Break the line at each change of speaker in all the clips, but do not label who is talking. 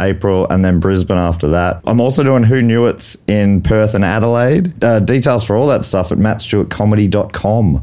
April, and then Brisbane after that. I'm also doing Who Knew It's in Perth and Adelaide. Uh, details for all that stuff at mattstewartcomedy.com.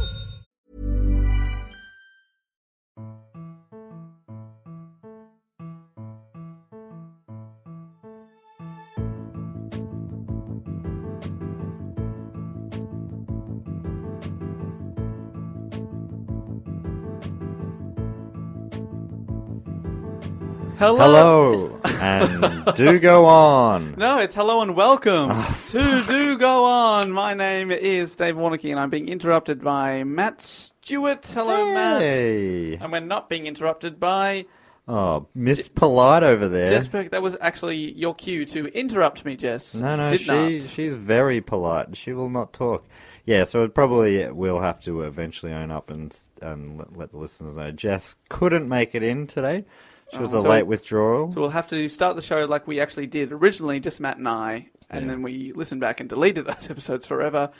Hello.
Hello, and do go on.
No, it's hello and welcome to Do Go On. My name is Dave Warnocky and I'm being interrupted by Matt Stewart. Hello, Matt.
Hey.
And we're not being interrupted by...
Oh, Miss Polite over there.
Jess Burke, that was actually your cue to interrupt me, Jess.
No, no,
Did
she,
not.
she's very polite. She will not talk. Yeah, so it probably will have to eventually own up and and let, let the listeners know. Jess couldn't make it in today. She was
Oh,
a
so-
late withdrawal.
So we'll have to start the show like we actually did originally, just Matt and I, and
Yeah.
then we listened back and deleted those episodes forever.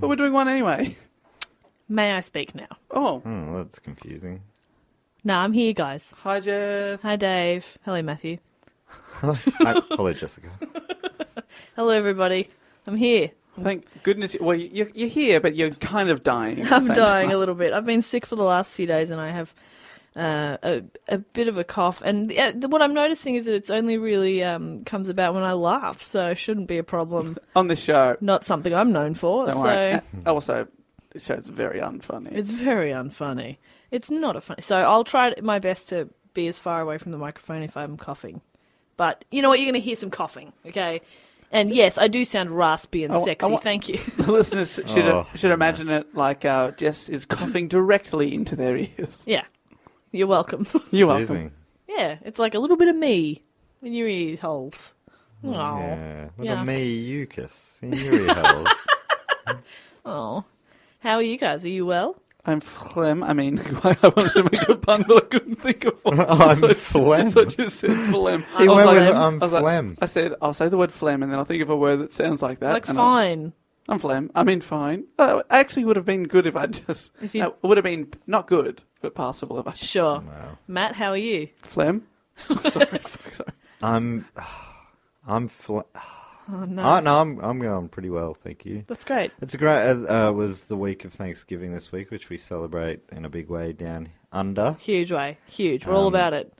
But we're doing one anyway.
May I speak now?
Oh,
Hmm, that's confusing.
No, I'm here, guys.
hi Jess.
Hi, Dave. Hello, Matthew.
Uh, Hello, Jessica.
Hello, everybody. I'm here.
Thank goodness. Well, you're, you're here, but you're kind of dying. at the
I'm
same
dying
time.
a little bit. I've been sick for the last few days, and I have uh, a a bit of a cough. And uh, th- what I'm noticing is that it's only really um, comes about when I laugh, so it shouldn't be a problem.
on this show.
Not something I'm known for.
Don't
so
worry. Uh, Also, this show's very unfunny.
it's very unfunny. It's not a funny. So I'll try my best to be as far away from the microphone if I'm coughing. But you know what? You're going to hear some coughing, okay? And yes, I do sound raspy and
I wa- I
sexy.
wa-
Thank you.
the listeners should
Oh,
should imagine it like uh, Jess is coughing directly into their ears.
yeah, you're welcome.
You're welcome.
Soothing.
Yeah, it's like a little bit of me in your ear holes. Oh,
Yeah. Look
Yuck.
at me, you kiss. in your ear holes.
oh. How are you guys? Are you well?
I'm phlegm. I mean, I wanted to make a pun that I couldn't think of. one.
I'm
so, I-
phlegm.
So I just said phlegm.
He
I was
went
like-
with um,
I was like-
phlegm.
I said I'll say the word phlegm, and then I'll think of a word that sounds like that.
Like
and I'll-
fine.
I'm phlegm. I mean, fine. Uh, actually, would have been good if I just.
If you-
no, it would have been not good, but passable if I just
Sure. Matt, how are you?
phlegm. sorry, fuck, sorry.
I'm. I'm. Fl-
Oh no.
oh, no, I'm, I'm going pretty well, thank you.
That's great.
It's a great. Uh, uh, was the week of Thanksgiving this week, which we celebrate in a big way down under.
Huge way. Huge. We're all about it.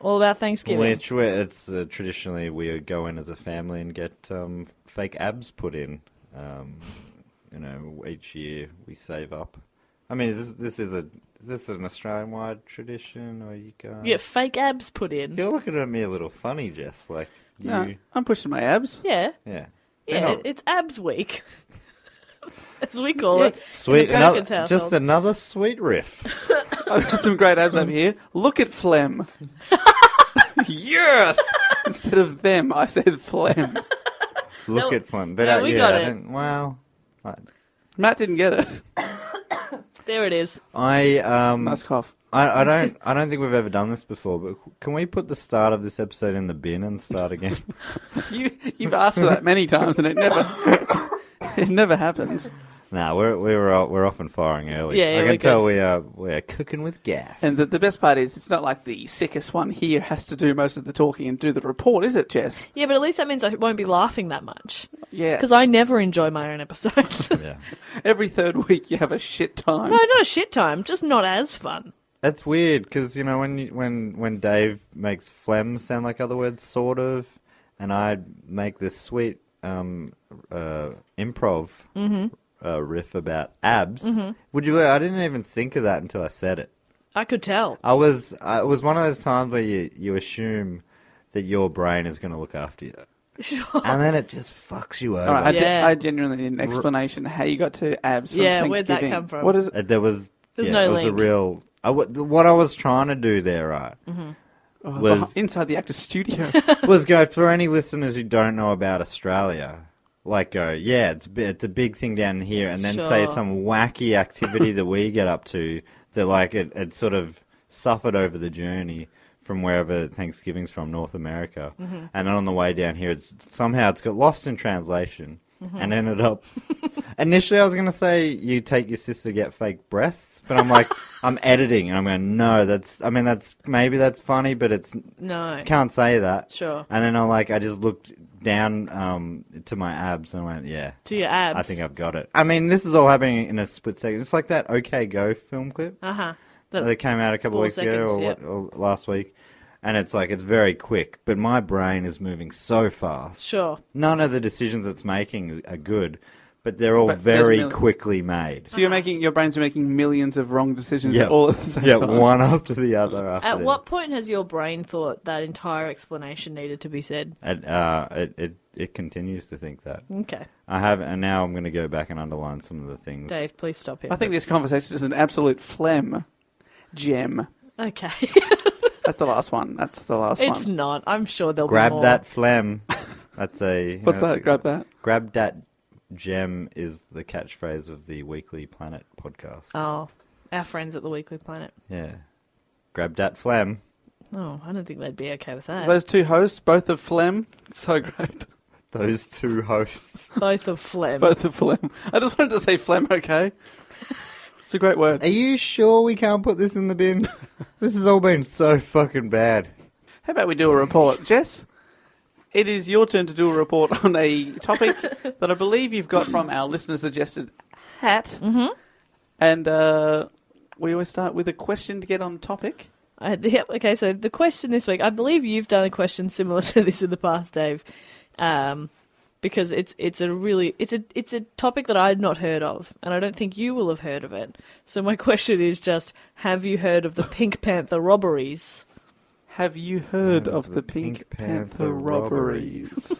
All about Thanksgiving.
Which we it's uh, traditionally we go in as a family and get um, fake abs put in. Um, you know, each year we save up. I mean, is this, this is a is this an Australian wide tradition, or you guys?
You get fake abs put in.
You're looking at me a little funny, Jess. Like you,
No, I'm pushing my abs.
Yeah.
yeah. They're
Yeah,
not-
it, it's abs week. As we call it.
sweet.
the Perkins
Another, just
household.
another sweet riff.
I've got some great abs over here. Look at phlegm. yes. Instead of them, I said phlegm.
Look
No,
at fun, but
no,
uh,
we
yeah,
got
I
it.
didn't, well, I,
Matt didn't get it.
There it is.
I um,
Nice cough.
I, I don't I don't think we've ever done this before, but can we put the start of this episode in the bin and start again?
You, you've asked for that many times, and it never, it never happens.
nah, we're we were all, we're off and firing early.
Yeah, yeah,
I
we're
can tell
good.
we are we are cooking with gas.
And the, the best part is, it's not like the sickest one here has to do most of the talking and do the report, is it, Jess?
Yeah, but at least that means I won't be laughing that much.
Yeah.
Because I never enjoy my own episodes. no,
yeah.
every third week you have a shit time.
not a shit time, just not as fun.
That's weird because you know when you, when when Dave makes phlegm sound like other words, sort of, and I make this sweet um, uh, improv
Mm-hmm.
uh, riff about abs. Would you? believe- I didn't even think of that until I said it.
I could tell.
I was I, it was one of those times where you you assume that your brain is going to look after you,
Sure.
and then it just fucks you over.
All right, I,
Yeah.
I genuinely need an explanation how you got to abs from
Yeah,
Thanksgiving.
where'd that come from?
What is it?
Uh, there was
There's
yeah,
no
it was
link.
a real I w- th- what I was trying to do there right
oh, the-
was-
inside the actor's studio.
was go for any listeners who don't know about Australia like go yeah it's a, bi- it's a big thing down here and then say
Sure.
some wacky activity that we get up to that like it, it sort of suffered over the journey from wherever Thanksgiving's from North America and then on the way down here it's somehow it's got lost in translation and ended up Initially, I was going to say you take your sister to get fake breasts, but I'm like, I'm editing, and I'm going, no, that's, I mean, that's, maybe that's funny, but it's,
No.
can't say that.
Sure.
And then I'm like, I just looked down um, to my abs and I went, yeah.
To your abs.
I think I've got it. I mean, this is all happening in a split second. It's like that OK Go film clip
Uh huh.
that came out a couple
Four
weeks ago
seconds,
or,
yeah.
what, or last week. And it's like, it's very quick, but my brain is moving so fast.
Sure.
None of the decisions it's making are good, but they're all
But there's
very
mil-
quickly made.
So you're making your brains are making millions of wrong decisions
Yeah.
all at the same
yeah,
time.
one after the other. After
At
the-
what point has your brain thought that entire explanation needed to be said?
And, uh, it, it, it continues to think that.
Okay.
I have, and now I'm going to go back and underline some of the things.
Dave, please
Uh,
stop here.
I think this conversation is an absolute phlegm gem.
Okay.
That's the last one. That's the last
it's
one.
not. I'm sure there'll
grab
be more.
that phlegm. That's a you
What's
know,
that?
it's a-
Grab that.
grab that gem is the catchphrase of the Weekly Planet podcast.
Oh, our friends at the Weekly Planet.
Yeah, grab that phlegm.
Oh, I don't think they'd be okay with that.
Those two hosts, both of phlegm, so great.
Those two hosts.
Both of phlegm.
Both of phlegm. I just wanted to say phlegm. Okay, it's a great word.
Are you sure we can't put this in the bin? this has all been so fucking bad.
How about we do a report, Jess? It is your turn to do a report on a topic that I believe you've got from our listener suggested hat. Mm-hmm. And uh, we always start with a question to get on topic.
I, yep. Okay. So the question this week, I believe you've done a question similar to this in the past, Dave, um, because it's it's a really it's a it's a topic that I had not heard of, and I don't think you will have heard of it. So my question is just: Have you heard of the Pink Panther robberies?
Have you heard
Uh,
of the, Pink, Panther, robberies?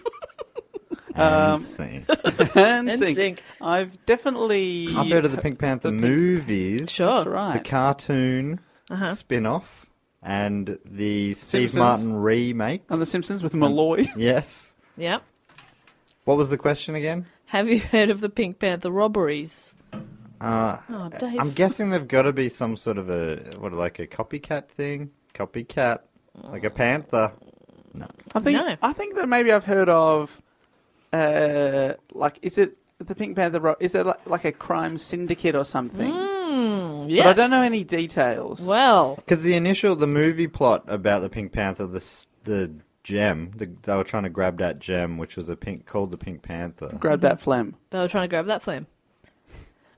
Um,
And see.
and
And
sync.
sync.
I've definitely.
I've heard of the Pink Panther
the Pink-
movies.
Sure.
That's right. Uh-huh.
The cartoon spin off and the Steve
Simpsons.
Martin remakes.
on The Simpsons with Malloy.
yes.
Yep.
What was the question again?
Have you heard of the Pink Panther robberies? Uh, oh, Dave.
I'm guessing they've got to be some sort of a what, like a copycat thing? Copycat, like a panther.
I think.
No.
I think that maybe I've heard of. Uh, like, is it the Pink Panther? Ro- Is it like, like a crime syndicate or something?
Mm, Hmm, Yes.
But I don't know any details.
Well,
Because the initial, the movie plot about the Pink Panther, the s- the gem, the, they were trying to grab that gem, which was a pink called the Pink Panther.
Grab
Mm-hmm.
that phlegm.
They were trying to grab that flam.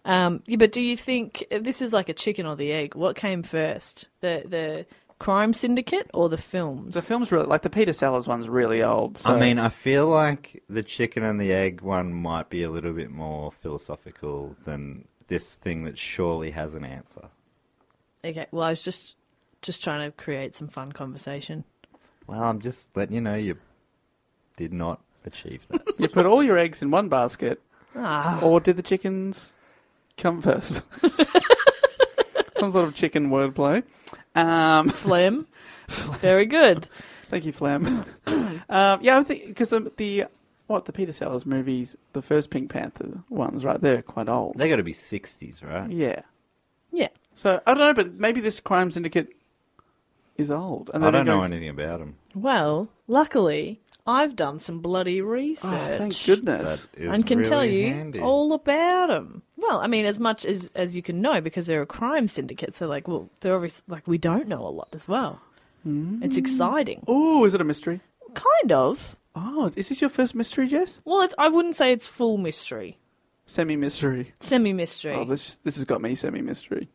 Um, yeah, but do you think uh, this is like a chicken or the egg? What came first, the the crime syndicate or the films?
The film's really like the Peter Sellers one's really old. So
I mean, I feel like the chicken and the egg one might be a little bit more philosophical than this thing that surely has an answer.
okay, well, I was just just trying to create some fun conversation.
Well, I'm just letting you know you did not achieve that.
you put all your eggs in one basket,
Ah,
or did the chickens come first? Some sort of chicken wordplay. Um,
phlegm. Very good.
Thank you, Flam. um, yeah, I think because the the what the Peter Sellers movies, the first Pink Panther ones, right? They're quite old.
they got to be 60s, right?
yeah.
Yeah.
So I don't know, but maybe this crime syndicate is old. And
I
they've
don't
been
know
going-
anything about them.
Well, luckily, I've done some bloody
Oh,
research.
thank goodness.
and can tell you all about them. Well, I mean, as much as as you can know, because they're a crime syndicate. So, like, well, they're obviously like we don't know a lot as well. It's exciting,
Oh, is it a mystery?
kind of.
Oh, is this your first mystery, Jess?
Well, it's, I wouldn't say it's full mystery,
Semi mystery.
semi mystery.
Oh, this this has got me semi mystery.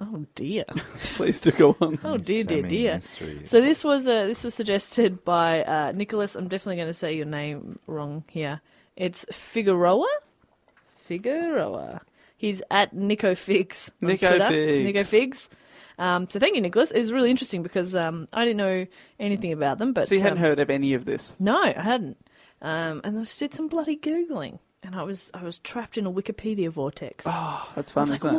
Oh dear.
Please do go on.
Oh dear, dear,
Semi
dear.
mystery.
So this was uh, this was suggested by uh, Nicholas. I'm definitely going to say your name wrong here. It's Figueroa. Figueroa. He's at Nico Figs. on
Nico
Twitter.
Figs.
Nico Figs. Um, so thank you, Nicholas. It was really interesting because um, I didn't know anything about them. But
So you hadn't
um,
heard of any of this?
No, I hadn't. Um, and I just did some bloody googling, and I was I was trapped in a Wikipedia vortex.
That's fun, isn't it?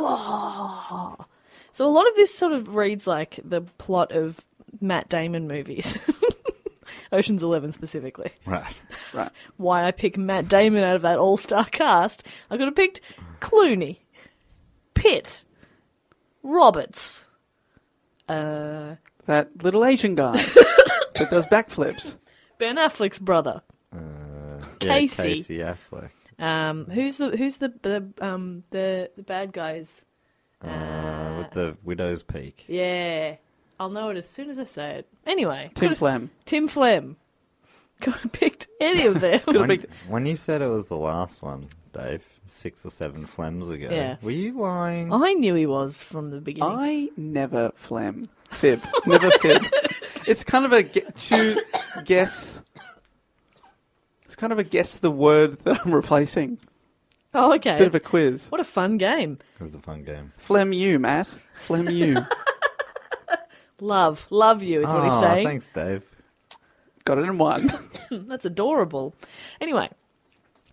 So a lot of this sort of reads like the plot of Matt Damon movies. Ocean's Eleven specifically.
Right.
Right.
Why I pick Matt Damon out of that all star cast. I could have picked Clooney, Pitt, Roberts. Uh,
That little Asian guy that does backflips.
ben Affleck's brother.
Yeah,
Casey.
Casey Affleck.
Um, who's the who's the the um the the bad guys?
Uh, with the widow's peak.
Yeah, I'll know it as soon as I say it. Anyway,
Tim
could-
Flam.
Tim Flem. Could have picked any of them.
When, when you said it was the last one, Dave, six or seven flems ago,
Yeah. Oh.
were you lying?
I knew he was from the beginning.
I never flam. Fib. Never fib. It's kind of a ge- to guess. It's kind of a guess the word that I'm replacing.
Oh, okay.
Bit of a quiz.
What a fun game.
It was a fun game.
Phlegm you, Matt. Phlegm you.
Love, love you is what he's
Oh,
Ah,
saying.
Thanks, Dave.
Got it in one.
That's adorable. Anyway,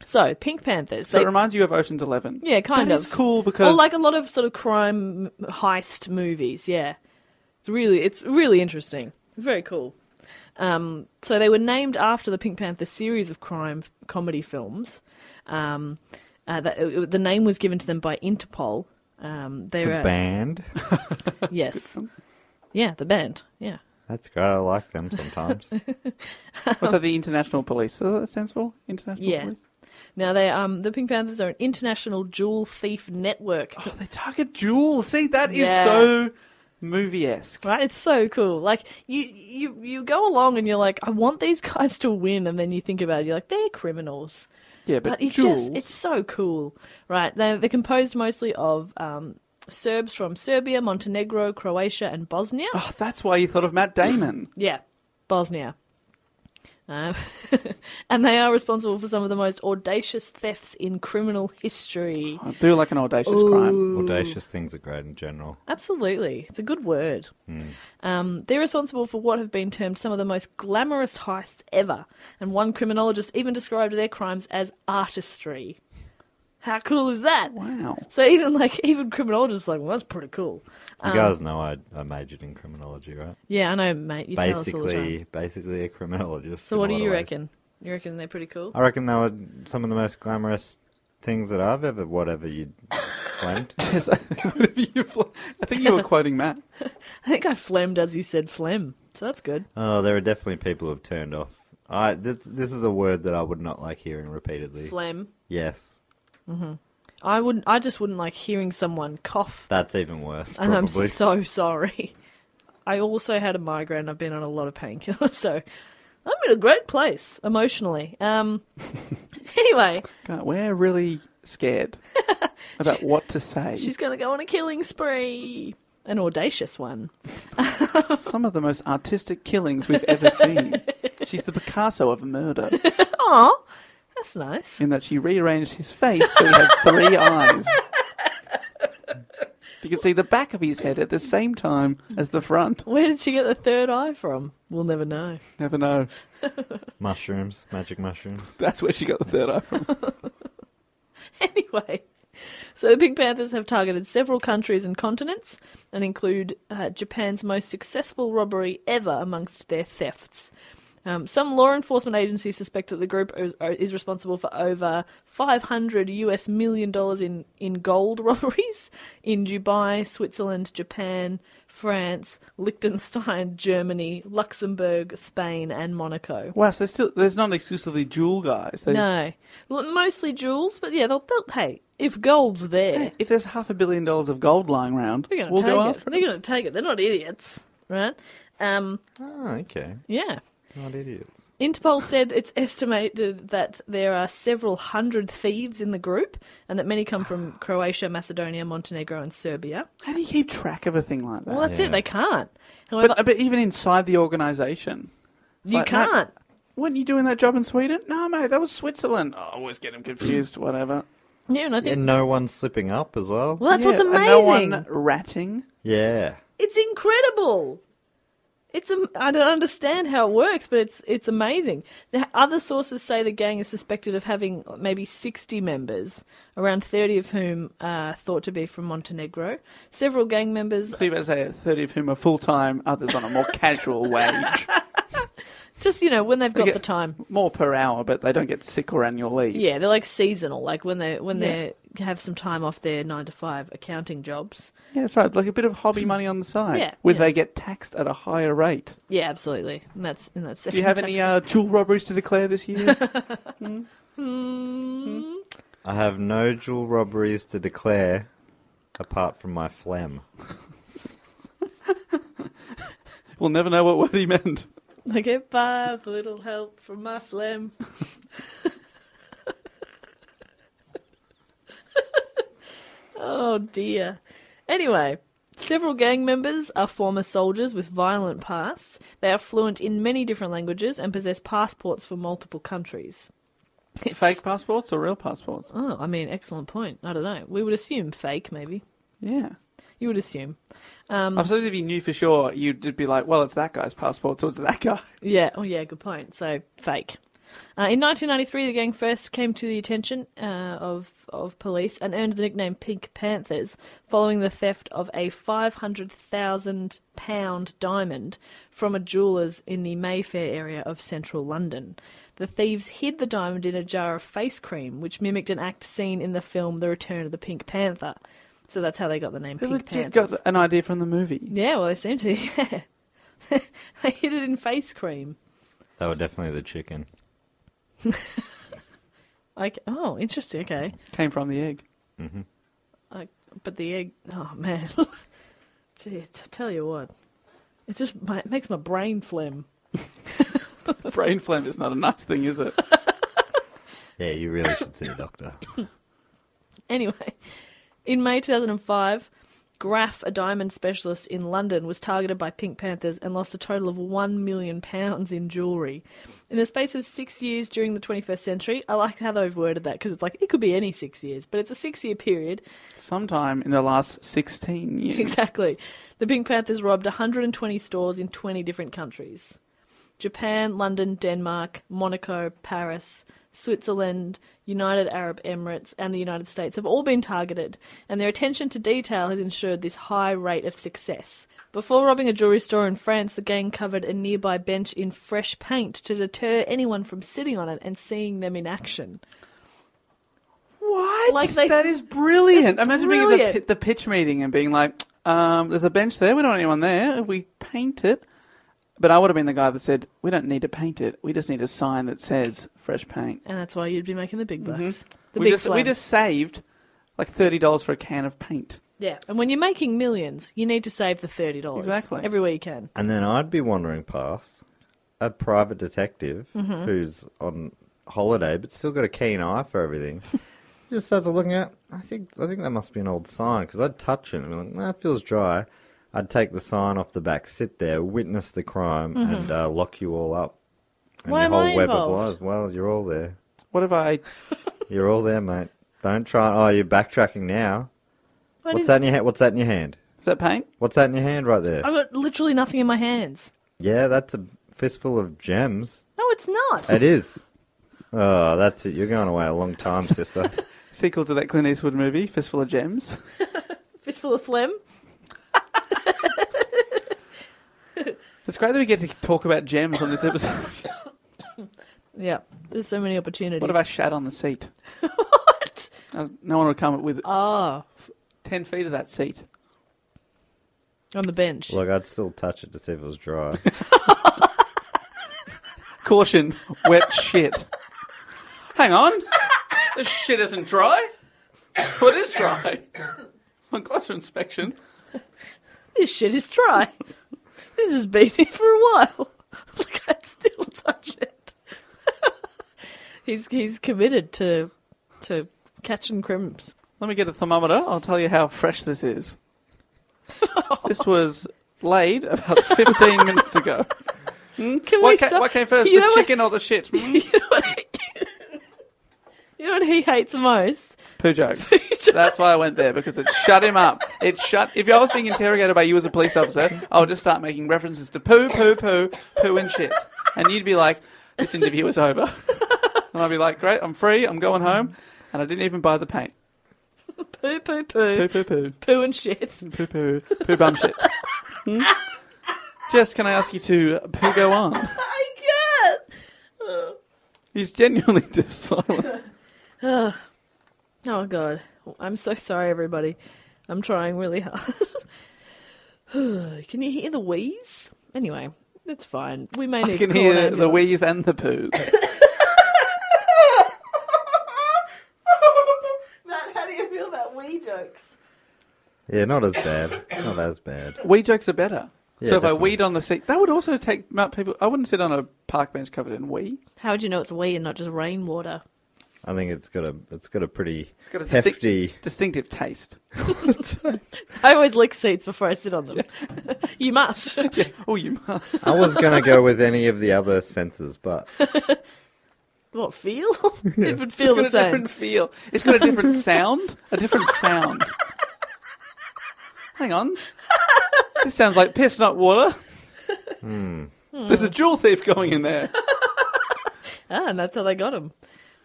so Pink Panthers.
So
they-
it reminds you of Ocean's Eleven.
yeah, kind
That
of.
is cool because
or like a lot of sort of crime heist movies. Yeah, it's really it's really interesting. Very cool. Um, so they were named after the Pink Panther series of crime f- comedy films. Um, uh, that, it- it- the name was given to them by Interpol. Um, they
The
were
band.
yes, yeah, the band. Yeah,
That's great. I like them sometimes.
was that the International Police? Is that what that stands for? International
Yeah.
Police?
Now they um the Pink Panthers are an international jewel thief network.
Oh, they target jewels. See, that is
Yeah.
so movie esque.
Right? It's so cool. Like you you you go along and you're like, I want these guys to win and then you think about it, you're like, they're criminals.
Yeah, but,
it's
jewels.
just it's so cool. Right. They're they're composed mostly of um Serbs from Serbia, Montenegro, Croatia and Bosnia.
Oh, that's why you thought of Matt Damon.
Yeah, Bosnia. Um, and they are responsible for some of the most audacious thefts in criminal history.
I do like an audacious crime.
Audacious things are great in general.
Absolutely. It's a good word.
Hmm.
Um, they're responsible for what have been termed some of the most glamorous heists ever. And one criminologist even described their crimes as artistry. How cool is that?
Wow.
So even like even criminologists are like, well, that's pretty cool.
You guys know I, I majored in criminology, right?
Yeah, I know, mate. You tell us all the time.
Basically, basically a criminologist.
So
in
what
a
do
lot
you
of ways.
reckon? You reckon they're pretty cool?
I reckon they were some of the most glamorous things that I've ever, whatever you claimed.
Yes, whatever you fl- I think you were quoting Matt.
I think I phlegmed as you said phlegm. So that's good.
Oh, there are definitely people who have turned off. I this this is a word that I would not like hearing repeatedly.
Phlegm.
yes,
I wouldn't I just wouldn't like hearing someone cough
that's even worse.
and I'm
probably.
so sorry. I also had a migraine. I've been on a lot of painkillers, so I'm in a great place emotionally. Um, anyway,
God, we're really scared about what to say.
she's going to go on a killing spree, an audacious one.
Some of the most artistic killings we've ever seen. She's the Picasso of murder
Aw, that's nice.
in that she rearranged his face so he had three eyes. You can see the back of his head at the same time as the front.
Where did she get the third eye from? We'll never know.
Never know.
mushrooms, magic mushrooms.
That's where she got the third eye from.
anyway, so the Pink Panthers have targeted several countries and continents and include uh, Japan's most successful robbery ever amongst their thefts. Um, some law enforcement agencies suspect that the group is, uh, is responsible for over 500 US million dollars in, in gold robberies in Dubai, Switzerland, Japan, France, Liechtenstein, Germany, Luxembourg, Spain, and Monaco.
Wow, so there's still there's not exclusively jewel guys. They-
No, Well, mostly jewels, but yeah, they'll, they'll hey if gold's there,
If there's half a billion dollars of gold lying around,
they're gonna
we'll
take
go
it.
after it.
They're gonna take it. They're not idiots, right? Um,
Oh, okay.
yeah.
God, idiots.
Interpol said it's estimated that there are several hundred thieves in the group and that many come from Croatia, Macedonia, Montenegro, and Serbia.
How do you keep track of a thing like that?
Well, that's
Yeah.
it, they can't. However,
but, but even inside the organisation,
you
like, no.
can't.
weren't you doing that job in Sweden? No, mate, that was Switzerland. Oh, I always get them confused. Whatever.
Yeah, and I think.
And no one's slipping up as well.
Well, that's what's
Yeah,
amazing.
and no one ratting.
Yeah.
It's incredible. It's am- I don't understand how it works, but it's it's amazing. The other sources say the gang is suspected of having maybe 60 members, around 30 of whom are thought to be from Montenegro. Several gang members
I think about say a third of whom are full time, others on a more casual wage,
just you know when they've got
get-
the time.
more per hour, but they don't get sick or annual leave.
Yeah, they're like seasonal, like when they when they have some time off their 9 to 5 accounting jobs.
Yeah, that's right. Like a bit of hobby money on the side,
Hmm. Yeah,
where
yeah.
they get taxed at a higher rate.
Yeah, absolutely. And that's and that's
Do you have any uh, jewel robberies to declare this year?
Hmm.
Hmm?
I have no jewel robberies to declare apart from my phlegm.
we'll never know what word he meant.
I get by with a little help from my phlegm. oh dear. Anyway, several gang members are former soldiers with violent pasts. They are fluent in many different languages and possess passports for multiple countries.
Fake passports or real passports?
Oh, I mean, excellent point. I don't know. We would assume fake, maybe.
Yeah.
You would assume.
I suppose if you knew for sure, you'd be like, well, it's that guy's passport, so it's that guy.
Yeah. Oh, yeah. Good point. So fake. Uh, in 1993, the gang first came to the attention uh, of of police and earned the nickname Pink Panthers following the theft of a 500,000 pound diamond from a jeweler's in the Mayfair area of central London. The thieves hid the diamond in a jar of face cream, which mimicked an act seen in the film The Return of the Pink Panther. So that's how they got the name
Who
Pink
legit
Panthers.
got th- an idea from the movie?
Yeah, well, they seem to. Yeah. they hid it in face cream.
They were definitely the chicken.
Like, oh, interesting. Okay,
Came from the egg.
like, but the egg. Oh man, gee, t- tell you what, it just my, it makes my brain phlegm.
Brain phlegm is not a nice thing, is it?
Yeah, you really should see a doctor.
Anyway, in May 2005, Graff, a diamond specialist in London, was targeted by Pink Panthers and lost a total of one million pounds in jewelry. In the space of six years during the 21st century, I like how they've worded that because it's like it could be any six years, but it's a six-year period.
Sometime in the last 16 years.
Exactly. The Pink Panthers robbed 120 stores in 20 different countries Japan, London, Denmark, Monaco, Paris, Switzerland, United Arab Emirates, and the United States have all been targeted, and their attention to detail has ensured this high rate of success. Before robbing a jewelry store in France, the gang covered a nearby bench in fresh paint to deter anyone from sitting on it and seeing them in action.
What?
Like they-
that is brilliant.
It's
Imagine being at
brilliant.
the, pi- the pitch meeting and being like, um, there's a bench there. We don't want anyone there. If we paint it. But I would have been the guy that said, we don't need to paint it. We just need a sign that says fresh paint.
And that's why you'd be making the big bucks. The
Mm-hmm. we,
big
just, we
flame.
just saved like $30 for a can of paint.
Yeah, and when you're making millions, you need to save the thirty dollars
Exactly.
everywhere you can.
And then I'd be wandering past a private detective
Mm-hmm.
who's on holiday but still got a keen eye for everything. Just starts looking at. I think I think that must be an old sign because I'd touch it and be like, "Nah, it feels dry." I'd take the sign off the back, sit there, witness the crime, and uh, lock you all up. And
Mm-hmm. Why
your
am
whole
I
web
involved?
of lies. Well, you're all there.
What if I
You're all there, mate. Don't try. Oh, you're backtracking now.
What
What's
is-
that in your hand? What's that in your hand?
Is that paint?
What's that in your hand right there?
I've got literally nothing in my hands.
Yeah, that's a fistful of gems.
No, it's not.
It is. Oh, that's it. You're going away a long time, sister.
Sequel to that Clint Eastwood movie, Fistful of Gems.
It's full of phlegm.
It's great that we get to talk about gems on this episode.
Yeah, there's so many opportunities.
what if I shat on the seat?
What?
Uh, no one would come with
Oh,
10 feet of that seat.
on the bench.
Look, I'd still touch it to see if it was dry.
Caution, wet shit. Hang on. This shit isn't dry. What is dry? On closer inspection.
This shit is dry. this has been here for a while. Look, I still He's he's committed to to catching crimps.
Let me get a thermometer. I'll tell you how fresh this is. this was laid about 15 minutes ago.
Can we
What, ca-
stop-
what came first,
You
the
know
chicken or the shit? Mm,
What, you, know what you know what he hates the most?
Poo joke. That's why I went there because it shut him up. It shut. If I was being interrogated by you as a police officer, I would just start making references to poo, poo, poo, poo, and shit, and you'd be like, "This interview is over," and I'd be like, "Great, I'm free. I'm going home," and I didn't even buy the paint.
Poo poo poo.
Poo, poo, poo.
poo and shit.
poo poo poo bum shit. Hmm? Jess, can I ask you to poo go on?
I can't.
He's genuinely just silent.
Oh god, I'm so sorry, everybody. I'm trying really hard. Can you hear the wheeze? Anyway, it's fine. We may need
You can
to call an
hear the
ambulance.
wheeze and the poos.
Matt, how do you feel about wee jokes?
Yeah, not as bad. Not as bad.
Wee jokes are better.
Yeah,
so if I
definitely.
weed on the seat, that would also take out people. I wouldn't sit on a park bench covered in wee.
How would you know it's wee and not just rainwater?
I think it's got a it's got a pretty
It's got a distinct-
hefty.
distinctive taste.
I always lick seats before I sit on them. you must.
Oh, you must.
I was gonna go with any of the other senses, but
What feel? it would feel
It's
the
got a
same.
different feel. It's got a different sound. A different sound. Hang on. This sounds like piss, not water. There's a jewel thief going in there.
Ah, and that's how they got him.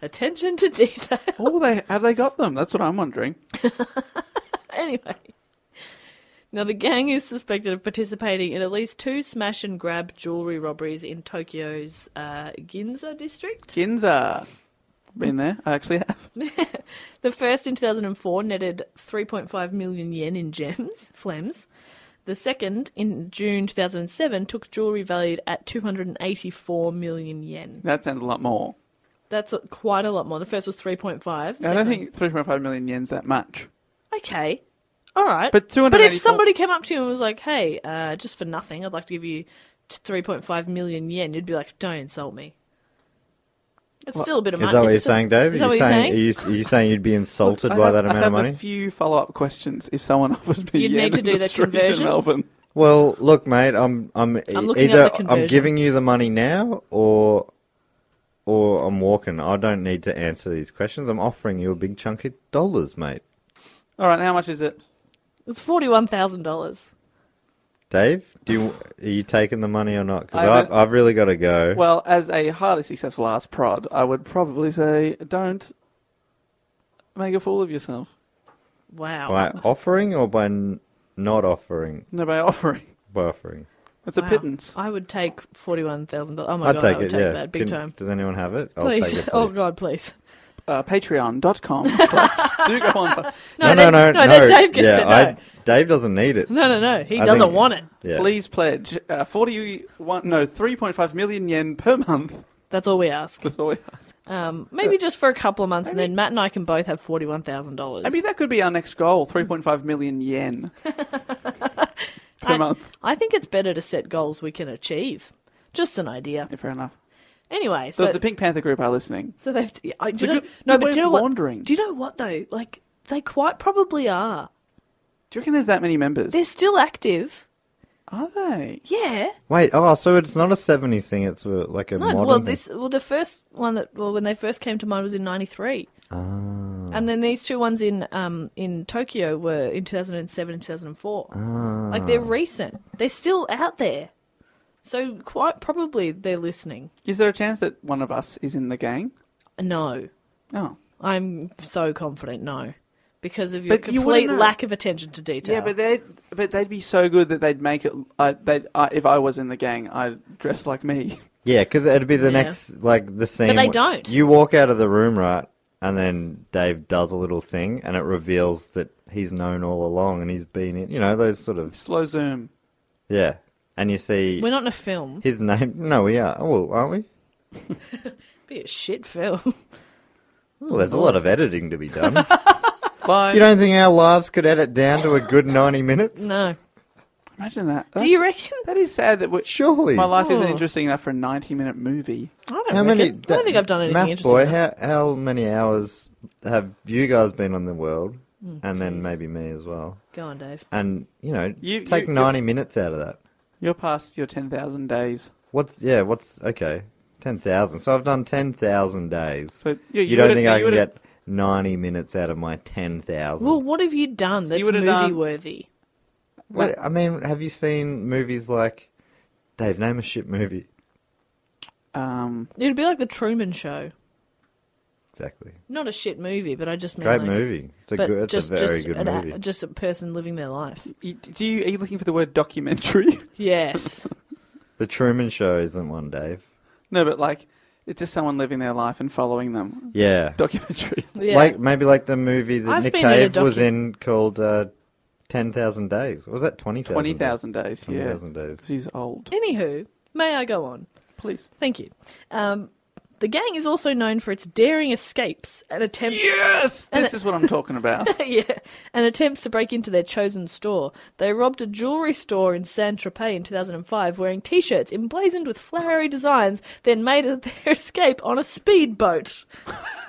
Attention to detail.
Oh, they have they got them? That's what I'm wondering.
anyway. Now, the gang is suspected of participating in at least two smash and grab jewellery robberies in Tokyo's uh, Ginza district.
Ginza, been there? I actually have.
The first in 2004 netted 3.5 million yen in gems, flems. The second in June 2007 took jewellery valued at 284 million yen.
That sounds a lot more.
That's a- quite a lot more. The first was 3.5.
I don't
second-
think 3.5 million yen's that much.
Okay. All right.
But 284
But if somebody came up to you and was like, "Hey, uh, just for nothing, I'd like to give you t- 3.5 million yen," you'd be like, "Don't insult me." It's still a bit of money.
is that what
It's
you're
still-
saying, Dave?
Is that
are
what
you
you're saying?
Are you, are you saying you'd be insulted
I
by
have-
that
I
amount
have
of money?
a few follow-up questions. If someone offers me,
You'd
yen
need to
in
do
the
the
street
conversion.
in Melbourne.
Well, look, mate, I'm I'm,
I'm looking at
either
the
I'm
conversion.
giving you the money now or or I'm walking. I don't need to answer these questions. I'm offering you a big chunk of dollars, mate.
All right, how much is it?
It's forty-one thousand dollars.
Dave, do you, are you taking the money or not?
I
Because I've,
haven't-
I've really got to go.
Well, as a highly successful ass prod, I would probably say don't make a fool of yourself.
Wow.
by offering or by n- not offering?
No, by offering.
By offering,
It's a
Wow.
pittance.
I would take forty-one thousand dollars. Oh my
I'd
god,
take
I would
it.
take
yeah,
that big
Can-
time.
Does anyone have it? I'll
Please.
take it.
Oh
please.
god, please.
Uh, Patreon.com slash do go on.
No,
that-
no, no,
no,
no.
that Dave gets
yeah,
it, no.
I, Dave doesn't need it.
No, no, no. He
I
doesn't
think-
want it.
Yeah.
Please pledge uh, 41, no, 3.5 million yen per month.
That's all we ask.
That's all we ask.
Um, maybe just for a couple of months, and then Matt and I can both have forty-one thousand dollars.
I mean, that could be our next goal 3.5 million yen per month.
I think it's better to set goals we can achieve. Just an idea.
Yeah, fair enough.
Anyway,
So
so
the Pink Panther group are listening.
So they've. I, do you
a
know,
good-
no,
good
but
way
do you
of
know what?
laundering.
Do you know what though? Like they quite probably are.
Do you reckon there's that many members?
They're still active.
Are they?
Yeah.
Wait. Oh, so it's not a '70s thing. It's a, like a
No.
modern.
well,
thing.
this. Well, the first one that. Well, when they first came to mind was in '93. And then these two ones in um in Tokyo were in 2007 and 2004. Like they're recent. They're still out there. So quite probably they're listening.
Is there a chance that one of us is in the gang?
No,
Oh.
I'm so confident. No, because of your
But you wouldn't
complete
know.
lack of attention to detail.
Yeah, but they'd but they'd be so good that they'd make it. I they'd I, if I was in the gang, I'd dress like me.
Yeah, because it'd be the
Yeah.
next, like the scene.
they
wh-
don't.
You walk out of the room, right, and then Dave does a little thing, and it reveals that he's known all along, and he's been in. You know those sort of
Slow zoom.
yeah, and you see
we're not in a film.
his name. No, we are. Oh, well, aren't we?
be a shit film.
Well, there's a lot of editing to be done.
Bye.
you don't think our lives could edit down to a good ninety minutes?
no.
Imagine that.
Do you
That's-
reckon?
That is sad that we
Surely.
my life isn't
Oh.
interesting enough for a 90 minute movie.
I don't,
How
reckon.
many?
I don't think I've done anything
math
interesting.
Boy, how, how many hours have you guys been on the world?
Hmm,
and then maybe me as well.
Go on, Dave.
And you know,
You-
take
you-
ninety minutes out of that.
You're past your 10,000 days.
What's yeah? What's okay? Ten thousand. So I've done ten thousand days.
So yeah, you,
you, don't
would've-
think I
you
can
would've-
get ninety minutes out of my ten thousand?
Well, what have you done that's
would've
movie
done-
worthy?
Wait, I mean, have you seen movies like Dave? Name a shit movie.
Um,
It'd be like the Truman Show.
Exactly.
Not a shit movie, but I just mean
Great
like,
movie. It's a
but
good. It's
just,
a very
just
good
an,
movie.
Just a person living their life.
you- do you, are you looking for the word documentary?
Yes.
The Truman Show isn't one, Dave.
no, but like, it's just someone living their life and following them.
Yeah.
Documentary.
Yeah.
Like maybe like the movie that
I've
Nick
been in a
Cave was
docu-
in called uh, Ten Thousand Days. Or was that twenty thousand?
20,000 days.
Twenty
yeah.
thousand days.
He's old.
Anywho, may I go on?
Please.
Thank you. Um, the gang is also known for its daring escapes and attempts.
Yes!
And
This
it-
is what I'm talking about.
yeah, and attempts to break into their chosen store. They robbed a jewelry store in Saint Tropez in 2005, wearing T-shirts emblazoned with flowery designs. Then made their escape on a speedboat.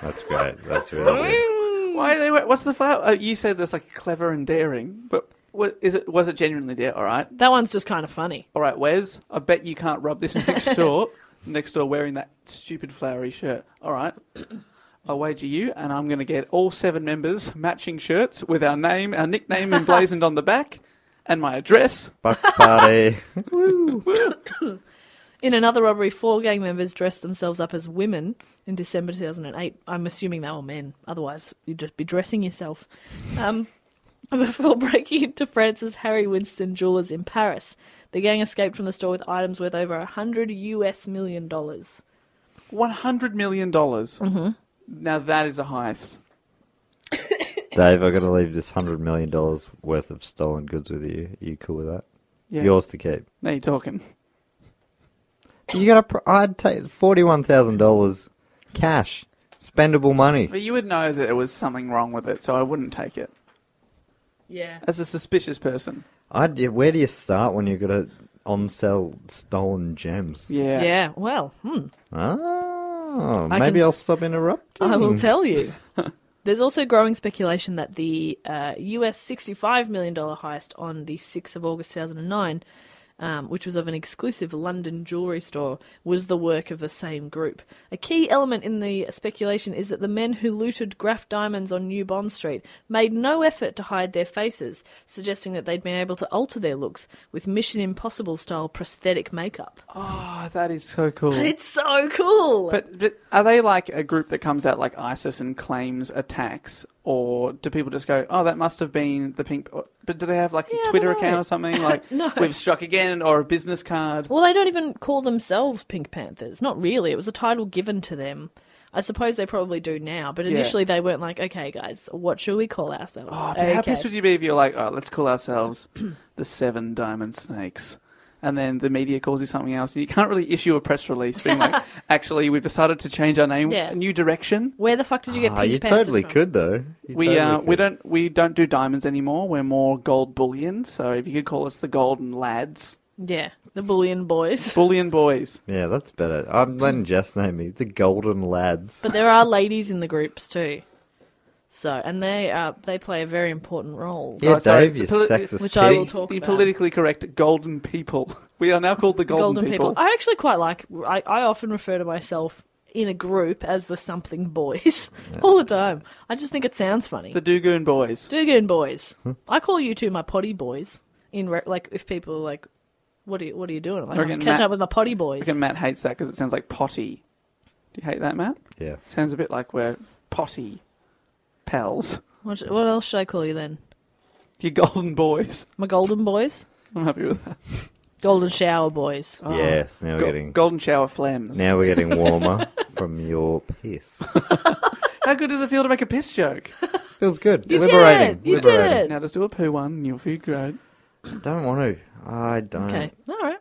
That's great. That's really good.
Why are they? wear- What's the flower? Oh, you said that's like clever and daring, but what, is it? Was it genuinely dare? All right,
That one's just kind of funny.
all right, Wes. I bet you can't rub this next door. next door wearing that stupid flowery shirt. All right, I wager you, and I'm going to get all seven members matching shirts with our name, our nickname emblazoned on the back, and my address.
Bucks Party.
In another robbery, four gang members dressed themselves up as women in December 2008. I'm assuming they were men, otherwise, you'd just be dressing yourself. Um, before breaking into France's Harry Winston Jewelers in Paris, the gang escaped from the store with items worth over 100 US million dollars.
One hundred million dollars. Now that is a heist.
Dave, I've got to leave this hundred million dollars worth of stolen goods with you. Are you cool with that?
Yeah.
It's yours to keep.
Now you're talking.
You got to. Pr- I'd take forty-one thousand dollars cash, spendable money.
But you would know that there was something wrong with it, so I wouldn't take it.
Yeah.
As a suspicious person.
I'd, yeah, where do you start when you're gonna on sell stolen gems?
Yeah,
Yeah.
well, hmm,
Oh,
I
maybe
can-
I'll stop interrupting.
I
Hmm.
will tell you. There's also growing speculation that the uh, US $65 million heist on the 6th of August 2009, um, which was of an exclusive London jewellery store, was the work of the same group. A key element in the speculation is that the men who looted Graff Diamonds on New Bond Street made no effort to hide their faces, suggesting that they'd been able to alter their looks with Mission Impossible style prosthetic makeup.
Oh, that is so cool.
It's so cool!
But, but are they like a group that comes out like ISIS and claims attacks, or do people just go, "Oh, that must have been the pink"? or- But do they have like a
Yeah, I don't
Twitter
know.
account or something like
No.
"We've struck again" or a business card?
Well, they don't even call themselves Pink Panthers. Not really. It was a title given to them. I suppose they probably do now, but
Yeah.
initially they weren't like, okay, guys, what should we call ourselves?
Oh, but
okay.
How pissed would you be if you're like, "Oh, let's call ourselves the Seven Diamond Snakes"? And then the media calls you something else, and you can't really issue a press release being like, "Actually, we've decided to change our name,
Yeah.
new direction."
Where the fuck did you get
Ah,
Pink
you
Panthers
totally
from?
could though. You
We
totally
uh, we
could.
don't we don't do diamonds anymore. We're more gold bullion. So if you could call us the Golden Lads,
Yeah, the Bullion Boys.
Bullion Boys.
Yeah, that's better. I'm letting Jess name me the Golden Lads.
but there are ladies in the groups too. So, and they uh, they play a very important role.
Yeah,
Oh, sorry,
Dave, you
poli-
sexist
Which I will
pig.
talk
the
about.
politically correct Golden People. We are now called the
The
Golden, people.
I actually quite like. I, I often refer to myself in a group as the Something Boys all the time. I just think it sounds funny.
The Dugoon Boys.
Dugan boys. I call you two my potty boys. In re- like, if people are like, what are you, what are you doing? I'm Like, I'm
Reckon
catching
Matt-
up with my potty boys.
I reckon Matt hates that because it sounds like potty. Do you hate that, Matt?
Yeah.
Sounds a bit like we're potty pals.
What, what else should I call you then?
You Golden Boys.
My golden boys,
I'm happy with that.
golden shower boys.
Yes. Now we're
Go-
getting
Golden Shower Flems.
now we're getting warmer from your piss.
How good does it feel to make a piss joke?
Feels good.
You did
liberating.
it! You did
liberating.
it!
now just do a poo one and you'll feel great.
Don't want to. I don't.
Okay, all right.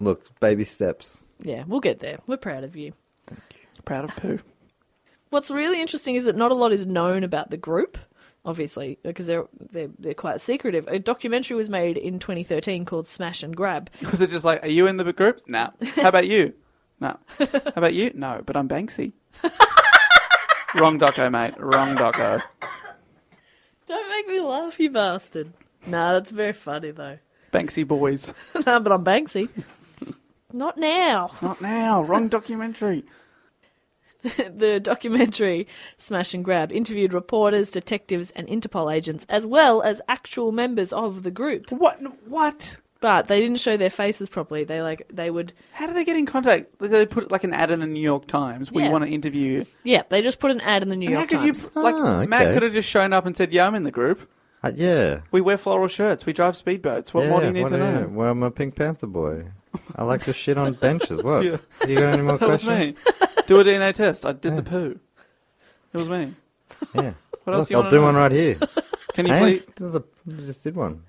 Look, baby steps.
Yeah, we'll get there. We're proud of you.
Proud of poo.
What's really interesting is that not a lot is known about the group. obviously, because they're they're they're quite secretive. A documentary was made in 2013 called Smash and Grab.
Because they're just like, are you in the group? No. How about you? No. How about you? No, but I'm Banksy. Wrong doco, mate. Wrong doco.
Don't make me laugh, you bastard. Nah, Uh, that's very funny though.
Banksy boys.
no, but I'm Banksy. Not now.
Not now. Wrong documentary.
the documentary Smash and Grab interviewed reporters, detectives, and Interpol agents, as well as actual members of the group.
What? What?
But they didn't show their faces properly. They like they would
How do they get in contact? Did they put like an ad in the New York Times? We
Yeah.
want to interview.
yeah. They just put an ad in the New
And how
York
could
Times.
you? Like
Ah,
Matt
okay.
could have just shown up and said, "Yeah, I'm in the group.
Uh, yeah.
We wear floral shirts. We drive speedboats. What more do you need
what
to
are
know?"
you- Well, I'm a Pink Panther boy. I like to shit on benches. What? You got any more
That was
questions?
me. Do a DNA test. I did the poo. It was me.
Yeah.
What else
Look,
do you
I'll
want
do
to know?
one right here.
Can you
hey,
please?
this is a, I just did one.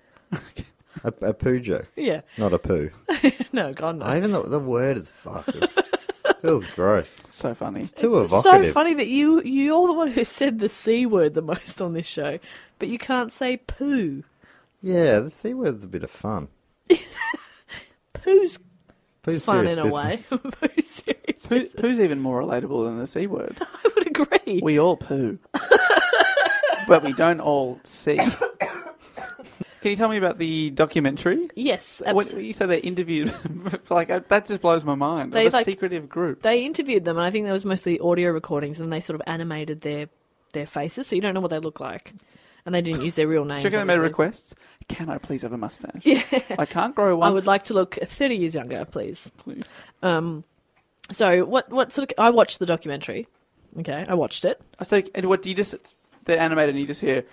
A, a poo joke,
Yeah.
not a poo.
No, God no.
I even the, the word is fucked. It's, feels gross. It's
So funny.
too
It's
evocative.
so funny that you you're the one who said the c word the most on this show, but you can't say poo.
Yeah, the c word's a bit of fun.
Poo's
Poo's
fun
serious
in a way.
business.
Poo's serious.
Poo, poo's even more relatable than the C word.
I would agree.
We all poo. but we don't all see. Can you tell me about the documentary?
yes,
What,
absolutely.
you say they interviewed, like uh, that just blows my mind.
They,
what a
like-
secretive group.
They interviewed them, and I think there was mostly audio recordings, and they sort of animated their their faces, so you don't know what they look like, and they didn't use their real names.
Do you reckon they made
obviously.
requests? Can I please have a mustache? Yeah. I can't grow one.
I would like to look 30 years younger, please. Um,
Please.
So what what sort of I watched the documentary. Okay, I watched it.
So, and what do you just? They're animated, and you just hear.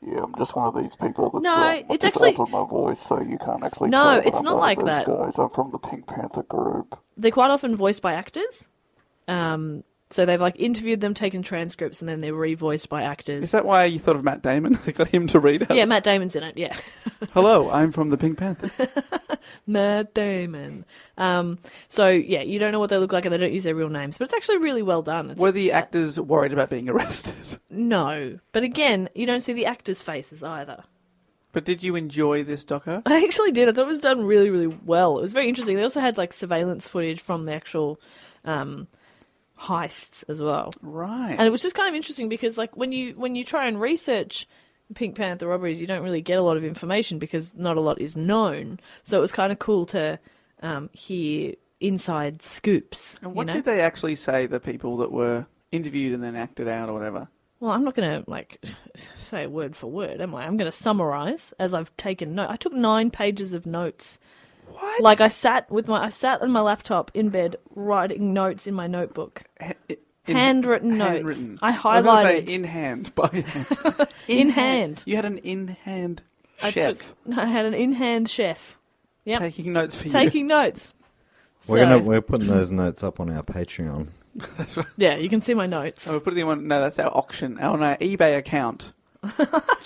Yeah, I'm just one of these people. That's,
No,
uh,
it's
just
actually-
altered my voice, so you can't actually.
No,
tell that
it's
I'm
not
one
like
of those
that.
Guys, I'm from the Pink Panther group.
They're quite often voiced by actors. Um, so they've like interviewed them, taken transcripts, and then they're revoiced by actors.
Is that why you thought of Matt Damon? I got him to read it.
yeah, Matt Damon's in it. Yeah,
Hello, I'm from the Pink Panther.
Matt Damon. Um, so yeah, you don't know what they look like, and they don't use their real names, but it's actually really well done. It's
Were the actors worried about being arrested?
No, but again, you don't see the actors' faces either.
But did you enjoy this doco?
I actually did. I thought it was done really, really well. It was very interesting. They also had like surveillance footage from the actual um, heists as well,
Right.
and it was just kind of interesting because like when you when you try and research Pink Panther robberies, you don't really get a lot of information because not a lot is known. So it was kind of cool to um, hear inside scoops.
and what
you know?
did they actually say? The people that were interviewed and then acted out or whatever.
Well, I'm not going to like say it word for word, am I? I'm going to summarize as I've taken note. I took nine pages of notes. What? Like I sat with my I sat on my laptop in bed writing notes in my notebook,
In-
handwritten notes.
Handwritten.
I
was gonna say
highlighted in,
in hand by hand.
hand.
You had an in hand
I
chef
took. I had an in hand chef Yep.
taking notes for you.
taking notes.
We're
So-
gonna we're putting those notes up on our Patreon.
yeah, you can see my notes.
Oh, we put it in one. No, that's our auction on our uh, eBay account.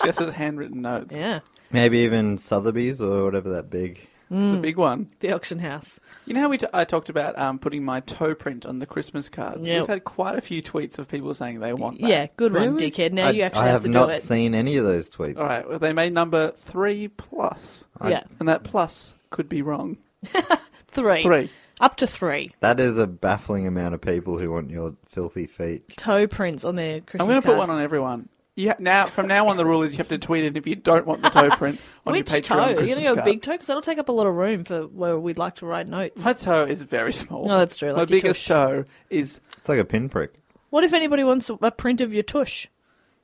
Just as handwritten notes.
Yeah,
Maybe even Sotheby's or whatever that big.
It's
Hmm.
the big one.
the auction house.
You know how we t- I talked about um, putting my toe print on the Christmas cards?
Yep.
We've had quite a few tweets of people saying they want that.
Yeah, good one, dickhead. Now
I,
you actually
I
have,
have
to
not
do it.
seen any of those tweets.
All right, well, they made number three plus,
yeah,
and that plus could be wrong.
three,
Three.
up to three
That is a baffling amount of people who want your filthy feet.
toe prints on their Christmas
I'm going to put
card.
one on everyone. Yeah, now from now on, the rule is you have to tweet it if you don't want the toe print on
Which
your Patreon
toe? Are you
Christmas
gonna go
card.
big toe? Because that'll take up a lot of room for where we'd like to write notes.
My toe is very small.
No, that's true,
my
like your
biggest
tush.
toe is
It's like a pinprick.
What if anybody wants a print of your tush?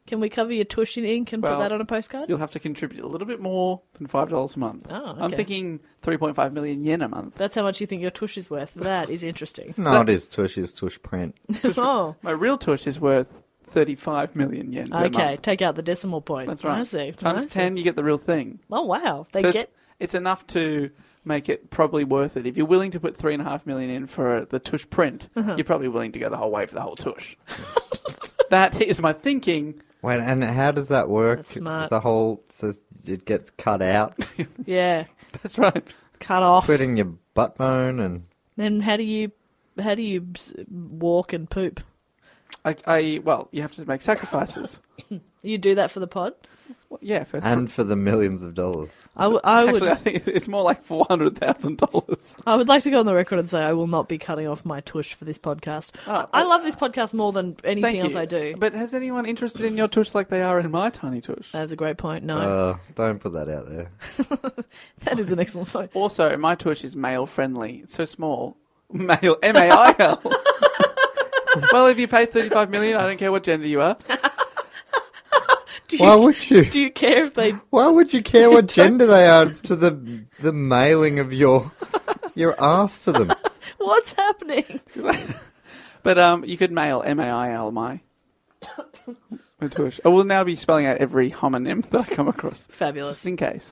Can we cover your tush in ink and
Well,
put that on a postcard?
you'll have to contribute a little bit more than five dollars a month.
Oh,
I'm
okay.
thinking 3.5 million yen a month.
That's how much you think your tush is worth. That is interesting.
No, it is tush is tush print.
oh,
My real tush is worth 35 million yen. Per
okay.
month.
Take out the decimal point.
that's right.
I see.
Times
I see.
10, you get the real thing.
Oh wow, they
So it's,
get.
it's enough to make it probably worth it. If you're willing to put three and a half million in for the tush print,
Mm-hmm.
you're probably willing to go the whole way for the whole tush. that is my thinking.
Wait, and how does that work?
That's smart.
The whole so it gets cut out,
Yeah,
That's right.
cut off.
including your butt bone and
Then how do you, how do you s- walk and poop?
I, I well, you have to make sacrifices.
You do that for the pod?
Well, yeah, first.
And for the millions of dollars.
I, w- I would.
Actually, I think it's more like four hundred thousand dollars.
I would like to go on the record and say I will not be cutting off my tush for this podcast. Oh, I love this podcast more than anything
Thank
else
you.
I do.
Uh, But has anyone interested in your tush like they are in my tiny tush?
That's a great point. No,
Uh, don't put that out there.
that is an excellent point.
Also, my tush is male friendly. It's so small. Male, M A I L. Well, if you pay thirty-five million, I don't care what gender you are.
Do you,
Why would you?
do you care if they?
Why would you care what gender they are to the the mailing of your your ass to them?
What's happening?
But um, you could mail M A I L my. my tush. I will now be spelling out every homonym that I come across, just
Fabulous.
in case.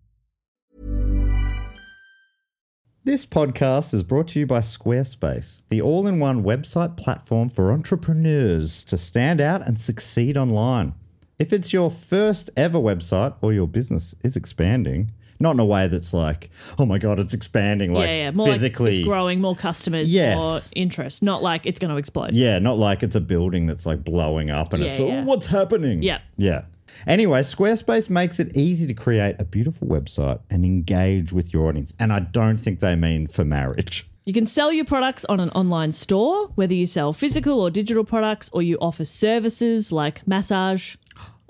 This podcast is brought to you by Squarespace, the all in one website platform for entrepreneurs to stand out and succeed online. If it's your first ever website or your business is expanding, not in a way that's like, oh my God, it's expanding, like
yeah, yeah, more
physically.
like it's growing, more customers,
Yes.
more interest. Not like it's going to explode.
Yeah, not like it's a building that's like blowing up and
Yeah,
it's all
yeah.
what's happening.
Yeah.
Yeah. Anyway, Squarespace makes it easy to create a beautiful website and engage with your audience. And I don't think they mean for marriage.
You can sell your products on an online store, whether you sell physical or digital products, or you offer services like massage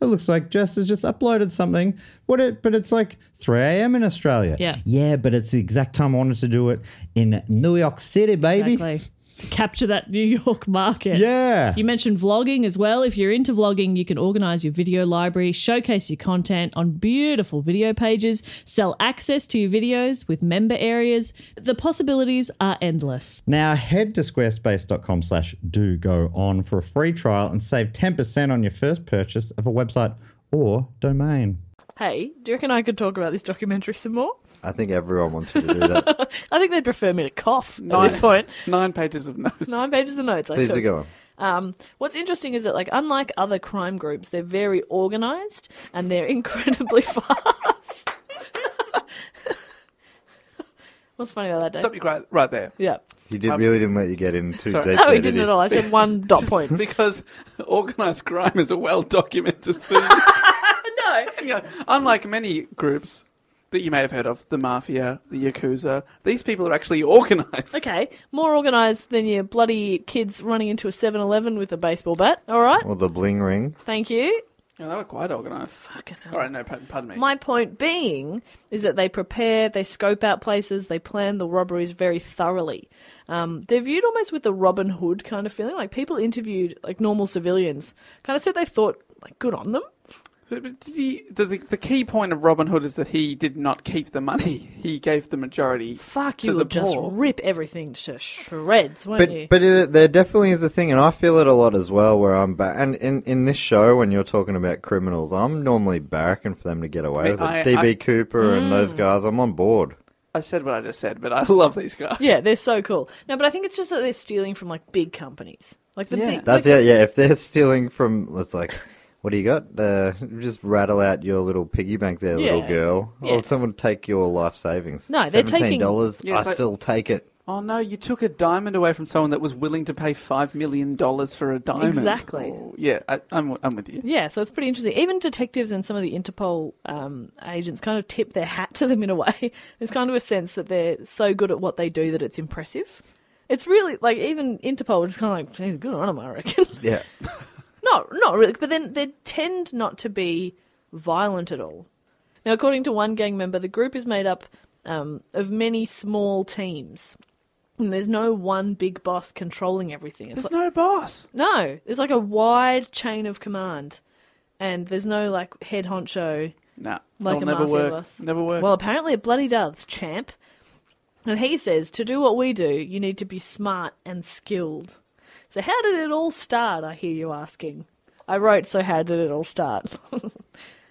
it looks like Jess has just uploaded something. What it but it's like 3 a.m. in Australia.
Yeah.
Yeah, but it's the exact time I wanted to do it in New York City, baby.
Exactly. Capture that New York market.
Yeah.
You mentioned vlogging as well. If you're into vlogging, you can organize your video library, showcase your content on beautiful video pages, sell access to your videos with member areas. The possibilities are endless.
Now head to squarespace.com slash do go on for a free trial and save 10% on your first purchase of a website or domain.
Hey, do you reckon I could talk about this documentary some more?
I think everyone wants you to do that.
I think they'd prefer me to cough
Nine,
at this point.
nine pages of notes.
Nine pages of notes. I
Please
took.
do go on.
Um, what's interesting is that, like, unlike other crime groups, they're very organised and they're incredibly fast. what's funny about that, Dave?
Stop you right, right there.
Yeah.
He did, really didn't let you get in too
Sorry.
deep.
Um, No,
there,
he didn't
he?
at all. I said one dot
Just
point.
Because organised crime is a well documented thing.
No.
You know, Unlike many groups that you may have heard of, the mafia, the yakuza, these people are actually organised.
Okay, more organised than your bloody kids running into a 7-Eleven with a baseball bat. All right,
Or the bling ring.
thank you.
Yeah, they were quite organised.
Fucking hell.
All right, no, pardon, pardon me.
My point being is that they prepare, they scope out places, they plan the robberies very thoroughly. Um, they're viewed almost with the Robin Hood kind of feeling. Like people interviewed, like normal civilians, kind of said they thought, like, good on them.
But- but did he- the, the, the key point of Robin Hood is that he did not keep the money. He gave the majority.
Fuck,
to
you
the
would just
poor.
rip everything to shreds, won't
But
you?
but it, there definitely is a thing, and I feel it a lot as well. Where I'm back, and in, in this show, when you're talking about criminals, I'm normally barracking for them to get away
mean,
with
I-
it. DB
I-
Cooper and those
Mm.
guys, I'm on board.
I said what I just said, but I love these guys.
yeah, they're so cool. No, but I think it's just that they're stealing from like big companies, like the big.
That's it. Yeah, if they're stealing from, it's like, what do you got? Uh, just rattle out your little piggy bank there,
Yeah.
little girl.
Yeah.
Or someone take your life savings.
No, they're taking-
dollars.
Yeah,
I
it's like-
still take it.
Oh no, you took a diamond away from someone that was willing to pay five million dollars for a diamond.
Exactly.
Or- yeah, I, I'm, I'm with you.
Yeah, so it's pretty interesting. Even detectives and some of the Interpol um, agents kind of tip their hat to them in a way. There's kind of a sense that they're so good at what they do that it's impressive.
It's really like even Interpol were just kind of like, "Geez, good on them, I reckon.
Yeah.
not, not really. But then they tend not to be violent at all. Now, according to one gang member, the group is made up um, of many small teams. And there's no one big boss controlling everything. It's
There's
like,
no boss.
no, there's like a wide chain of command, and there's no like head honcho
No,
like
it'll
a
never
mafia
work.
boss.
Never work.
Well, apparently it bloody does, champ. And he says, to do what we do, you need to be smart and skilled. So how did it all start? I hear you asking. I wrote, so how did it all start?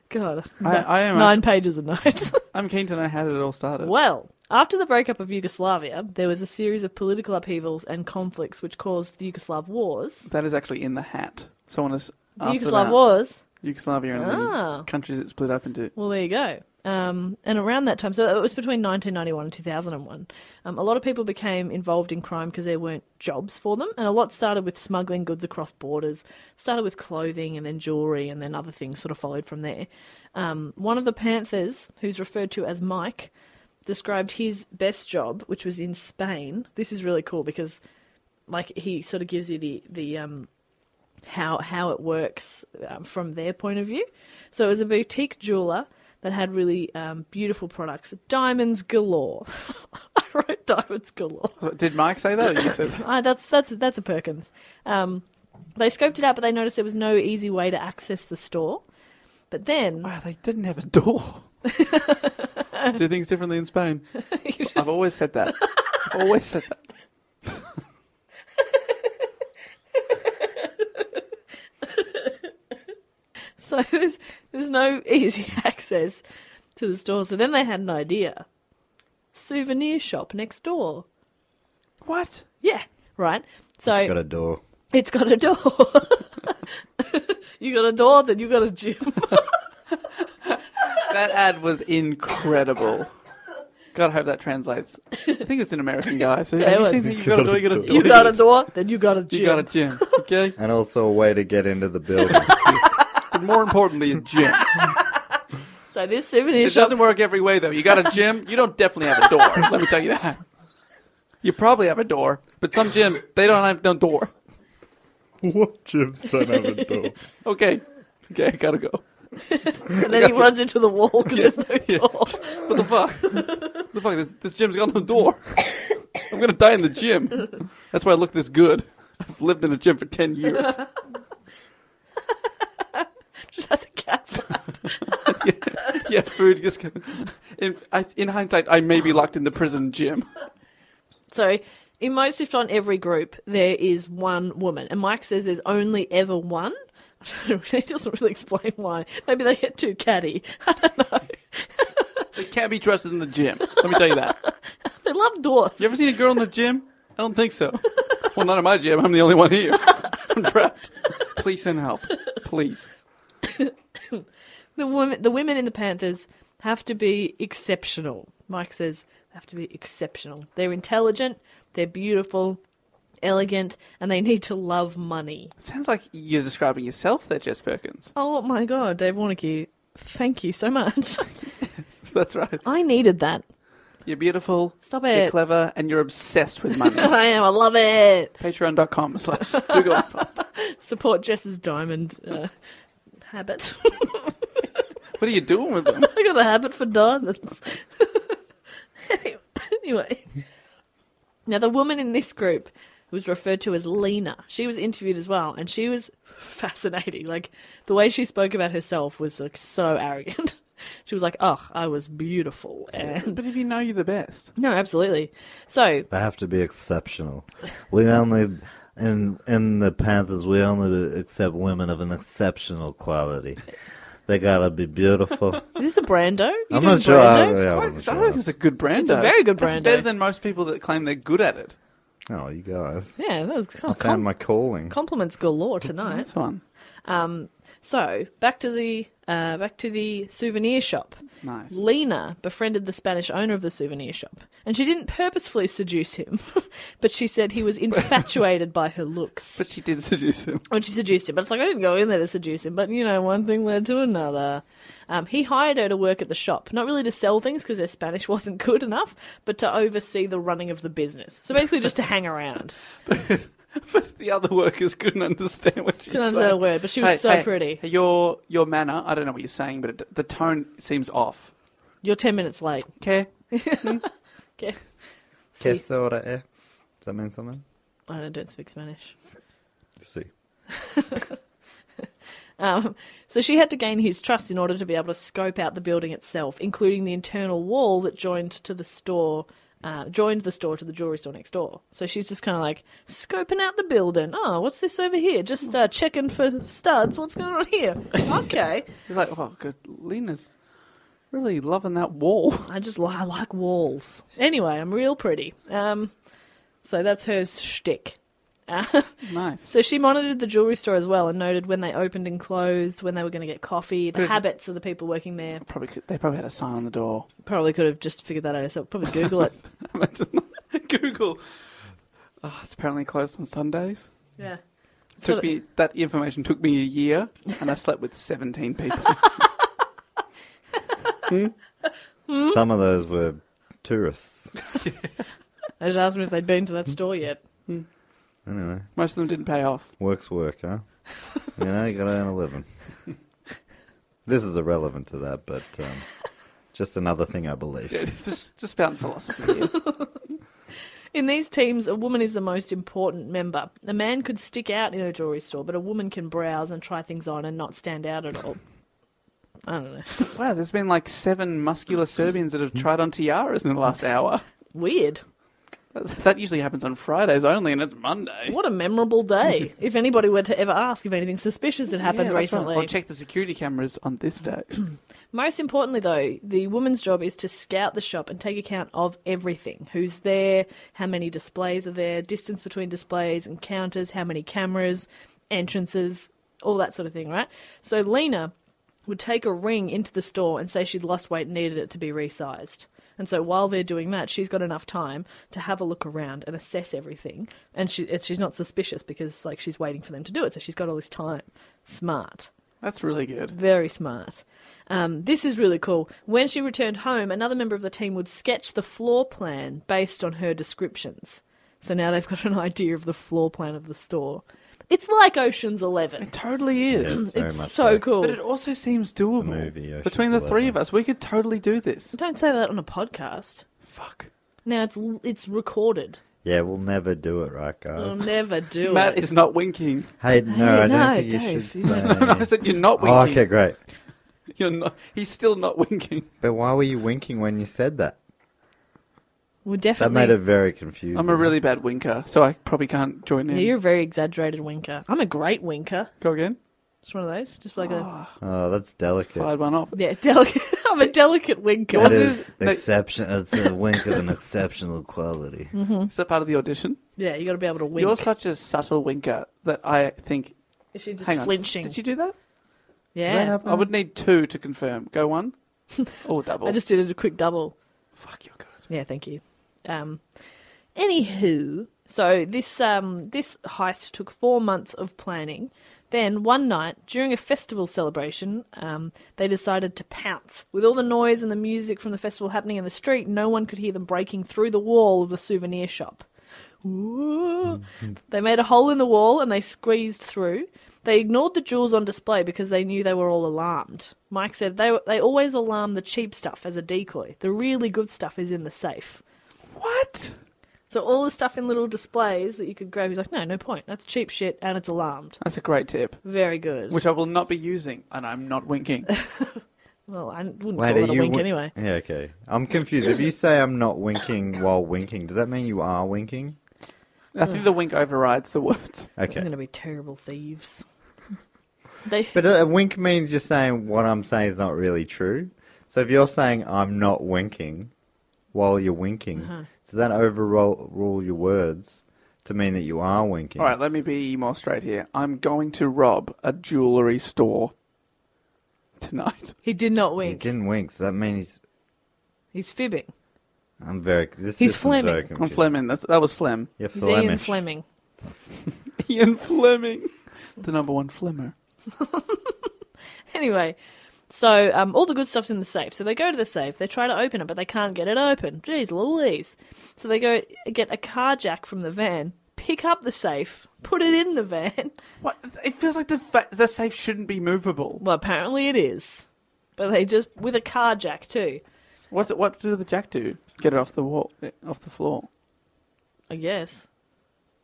God,
I, I am.
nine pages of notes.
I'm keen to know how did it all started.
Well, after the breakup of Yugoslavia, there was a series of political upheavals and conflicts which caused the Yugoslav Wars.
That is actually in the hat. Someone has
The
asked
Yugoslav
about
Wars.
Yugoslavia and
Ah.
the countries it split up into.
Well, there you go. Um, and around that time, so it was between 1991 and 2001, um, a lot of people became involved in crime because there weren't jobs for them. And a lot started with smuggling goods across borders, started with clothing and then jewellery, and then other things sort of followed from there. Um, one of the Panthers, who's referred to as Mike, described his best job, which was in Spain. This is really cool because, like, he sort of gives you the, the um, how how it works um, from their point of view. So it was a boutique jeweler that had really um, beautiful products, diamonds galore. I wrote diamonds galore.
Did Mike say that? Or you said that?
Ah, that's that's that's a Perkins. Um, they scoped it out, but they noticed there was no easy way to access the store. But then
Wow, they didn't have a door. Do things differently in Spain. I've always said that. I've always said that.
So there's there's no easy access to the store. So then they had an idea. Souvenir shop next door.
What?
Yeah, right. So
Got a door.
it's got a door. you got a door, then you got a gym.
That ad was incredible. God, I hope that translates. I think it was an American guy. So
it
have you
was.
seen that you got a door, you got a door.
You got a door, then you got a gym.
You got a gym. Okay.
And also a way to get into the building.
But more importantly, a gym.
So this souvenir
It
shop.
doesn't work every way though. You got a gym, you don't definitely have a door. Let me tell you that. You probably have a door, but some gyms they don't have no door.
What gyms don't have a door?
Okay. Okay, I gotta go.
And then he runs into the wall because there's no door.
What the fuck? what the fuck? This, this gym's got no door. I'm gonna die in the gym. That's why I look this good. I've lived in a gym for ten years.
Just has a cat.
Yeah, food just. Can... In, I, in hindsight, I may be locked in the prison gym.
So in most, if not every group, there is one woman, and Mike says there's only ever one. he doesn't really explain why. Maybe they get too catty. I don't know.
They can't be trusted in the gym. Let me tell you that.
They love doors.
You ever seen a girl in the gym? I don't think so. Well, not in my gym. I'm the only one here. I'm trapped. Please send help. Please.
the women, the women in the Panthers have to be exceptional. Mike says they have to be exceptional. They're intelligent, they're beautiful, elegant, and they need to love money.
Sounds like you're describing yourself there, Jess Perkins.
Oh my God, Dave Warnicky, thank you so much.
That's right.
I needed that.
You're beautiful.
Oh. Stop
You're
it.
clever, and you're obsessed with money.
I am. I love it.
Patreon.com slash Dougal.
Support Jess's diamond uh, habit.
What are you doing with them?
I got a habit for diamonds. anyway. Now, the woman in this group was referred to as Lena. She was interviewed as well, and she was fascinating. Like, the way she spoke about herself was, like, so arrogant. She was like, oh, I was beautiful. And...
But if you know you're the best.
No, absolutely. So,
They have to be exceptional. We only in in the Panthers we only accept women of an exceptional quality. They gotta be beautiful.
is this a Brando? You
I'm
doing
not sure. um, I,
Brando?
yeah,
I
I'm not
think
sure.
it's a good brand.
It's a very good
That's
brand,
better
eh?
than most people that claim they're good at it.
Oh, you guys.
Yeah, that was
I
oh,
found
com-
my calling.
compliments galore tonight.
That's one.
So back to the uh, back to the souvenir shop.
Nice.
Lena befriended the Spanish owner of the souvenir shop, and she didn't purposefully seduce him, but she said he was infatuated by her looks.
But she did seduce him.
Well, she seduced him, but it's like I didn't go in there to seduce him. But you know, one thing led to another. Um, he hired her to work at the shop, not really to sell things because her Spanish wasn't good enough, but to oversee the running of the business. So basically, just to hang around.
But the other workers couldn't understand what she
Couldn't
said.
understand a word, but she was so pretty.
Your your manner, I don't know what you're saying, but it, the tone seems off.
You're ten minutes late.
Okay.
Okay.
Que sora es? Does that mean something?
I don't speak Spanish.
See.
Um, so she had to gain his trust in order to be able to scope out the building itself, including the internal wall that joined to the store, uh, joined the store to the jewelry store next door. So she's just kind of like scoping out the building. Oh, what's this over here? Just uh, checking for studs. What's going on here? Okay,
He's like, oh, good. Lena's really loving that wall.
I just li- I like walls. Anyway, I'm real pretty. Um, so that's her shtick.
nice.
So she monitored the jewelry store as well and noted when they opened and closed, when they were going to get coffee, the
Good.
habits of the people working there.
Probably could, they probably had a sign on the door.
Probably could have just figured that out herself. Probably Google it.
Google. Oh, it's apparently closed on Sundays.
Yeah.
Took
what-
me that information took me a year, and I slept with seventeen people.
Mm.
Some of those were tourists.
I just asked them if they'd been to that store yet.
Anyway,
Most of them didn't pay off.
work's work, huh? You know, you gotta earn a living. this is irrelevant to that, but um, just another thing I believe.
just just spouting philosophy here.
In these teams, a woman is the most important member. A man could stick out in a jewelry store, but a woman can browse and try things on and not stand out at all. I don't know.
Wow, there's been like seven muscular Serbians that have tried on tiaras in the last hour.
Mm-hmm. Weird.
That- That usually happens on Fridays only, and it's Monday.
What a memorable day. If anybody were to ever ask if anything suspicious had happened
Yeah, that's right.
recently.
Well, check the security cameras on this day.
Most importantly, though, the woman's job is to scout the shop and take account of everything who's there, how many displays are there, distance between displays and counters, how many cameras, entrances, all that sort of thing, right? So Lena would take a ring into the store and say she'd lost weight and needed it to be resized. And so while they're doing that, she's got enough time to have a look around and assess everything. And she, and she's not suspicious because, like, she's waiting for them to do it. So she's got all this time. Smart.
That's really good.
Very smart. Um, this is really cool. When she returned home, another member of the team would sketch the floor plan based on her descriptions. So now they've got an idea of the floor plan of the store. It's like Ocean's Eleven.
Totally is.
It's very much
It's so
like-
cool.
But it also seems doable.
movie, Ocean's
Between the three of
Eleven.
us, we could totally do this.
Don't say that on a podcast.
Fuck.
Now it's l- it's recorded.
Yeah, we'll never do it, right, guys?
I'll never do
Matt
it.
is not winking.
Hey, no, I don't
no,
think you
Dave,
should
you
say.
I said you're not
oh,
winking.
okay, great.
You're not. He's still not winking.
But why were you winking when you said that?
We're
That
definitely.
made it very confusing.
I'm a really bad winker, so I probably can't join in.
Yeah, you're a very exaggerated winker. I'm a great winker.
Go again.
Just one of those. Just like a
Oh, that's delicate.
Fired one off.
yeah, delicate. I'm a delicate winker.
That
Yours
is
is- no-
exception. It's a wink of an exceptional quality.
Hmm.
Is that part of the audition?
Yeah, you got to be able to Mm-hmm. wink.
You're such a subtle winker that I think.
Is she just
hang on.
flinching?
Did you do that?
yeah, Mm-hmm.
I would need two to confirm. Go one or double.
I just did a quick double.
Fuck, you're good.
Yeah, thank you. Um, anywho, so this um, this heist took four months of planning. Then one night during a festival celebration, um, they decided to pounce. With all the noise and the music from the festival happening in the street, no one could hear them breaking through the wall of the souvenir shop. Ooh. They made a hole in the wall and they squeezed through. They ignored the jewels on display because they knew they were all alarmed. Mike said they they always alarm the cheap stuff as a decoy. The really good stuff is in the safe.
What?
So all the stuff in little displays that you could grab, he's like, no, no point. That's cheap shit, and it's alarmed.
That's a great tip,
Very good.
which I will not be using, and I'm not winking.
well, I wouldn't
Wait,
call
are
it a
you
wink
win-
anyway.
Yeah, okay. I'm confused. If you say I'm not winking while winking, does that mean you are winking?
I think the wink overrides the words.
They're going
Okay.
to be terrible thieves. they
But a wink means you're saying what I'm saying is not really true. So if you're saying I'm not winking while you're winking,
Uh-huh.
does that overrule rule your words to mean that you are winking?
All right, let me be more straight here. I'm going to rob a jewelry store tonight.
He did not
He
wink.
didn't wink. Does that mean he's?
He's fibbing.
I'm very. This
He's
is
Fleming.
Very
I'm
I'm
confusing.
Fleming. That's, that was Flem.
You're
He's
Flemish.
Ian Fleming.
Ian Fleming, the number one Flemmer.
Anyway, so um, all the good stuff's in the safe. So they go to the safe. They try to open it, but they can't get it open. Jeez Louise. So they go get a car jack from the van, pick up the safe, put it in the van.
What? It feels like the fa- the safe shouldn't be movable.
Well, apparently it is. But they just, with a car jack too,
What what did the jack do? Get it off the wall, eh, off the floor.
I guess.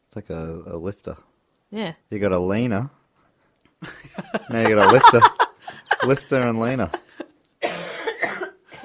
It's like a, a lifter.
Yeah.
You got a leaner. now you got a lifter. lifter and leaner.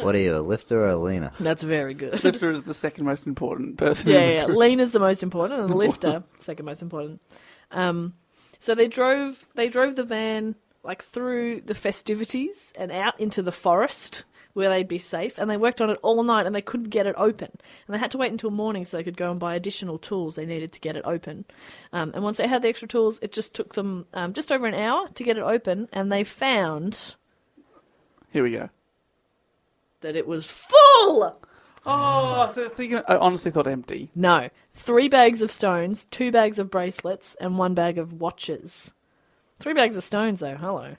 What are you, a lifter or a leaner?
That's very good.
Lifter is the second most important person.
yeah,
in the
yeah.
group.
lean is the most important, and the lifter second most important. Um, so they drove they drove the van like through the festivities and out into the forest where they'd be safe, and they worked on it all night, and they couldn't get it open, and they had to wait until morning so they could go and buy additional tools they needed to get it open. Um, and once they had the extra tools, it just took them um, just over an hour to get it open, and they found
Here we go.
that it was full.
Oh, I, th- thinking, I honestly thought empty.
No. Three bags of stones, two bags of bracelets, and one bag of watches. Three bags of stones, though. Hello.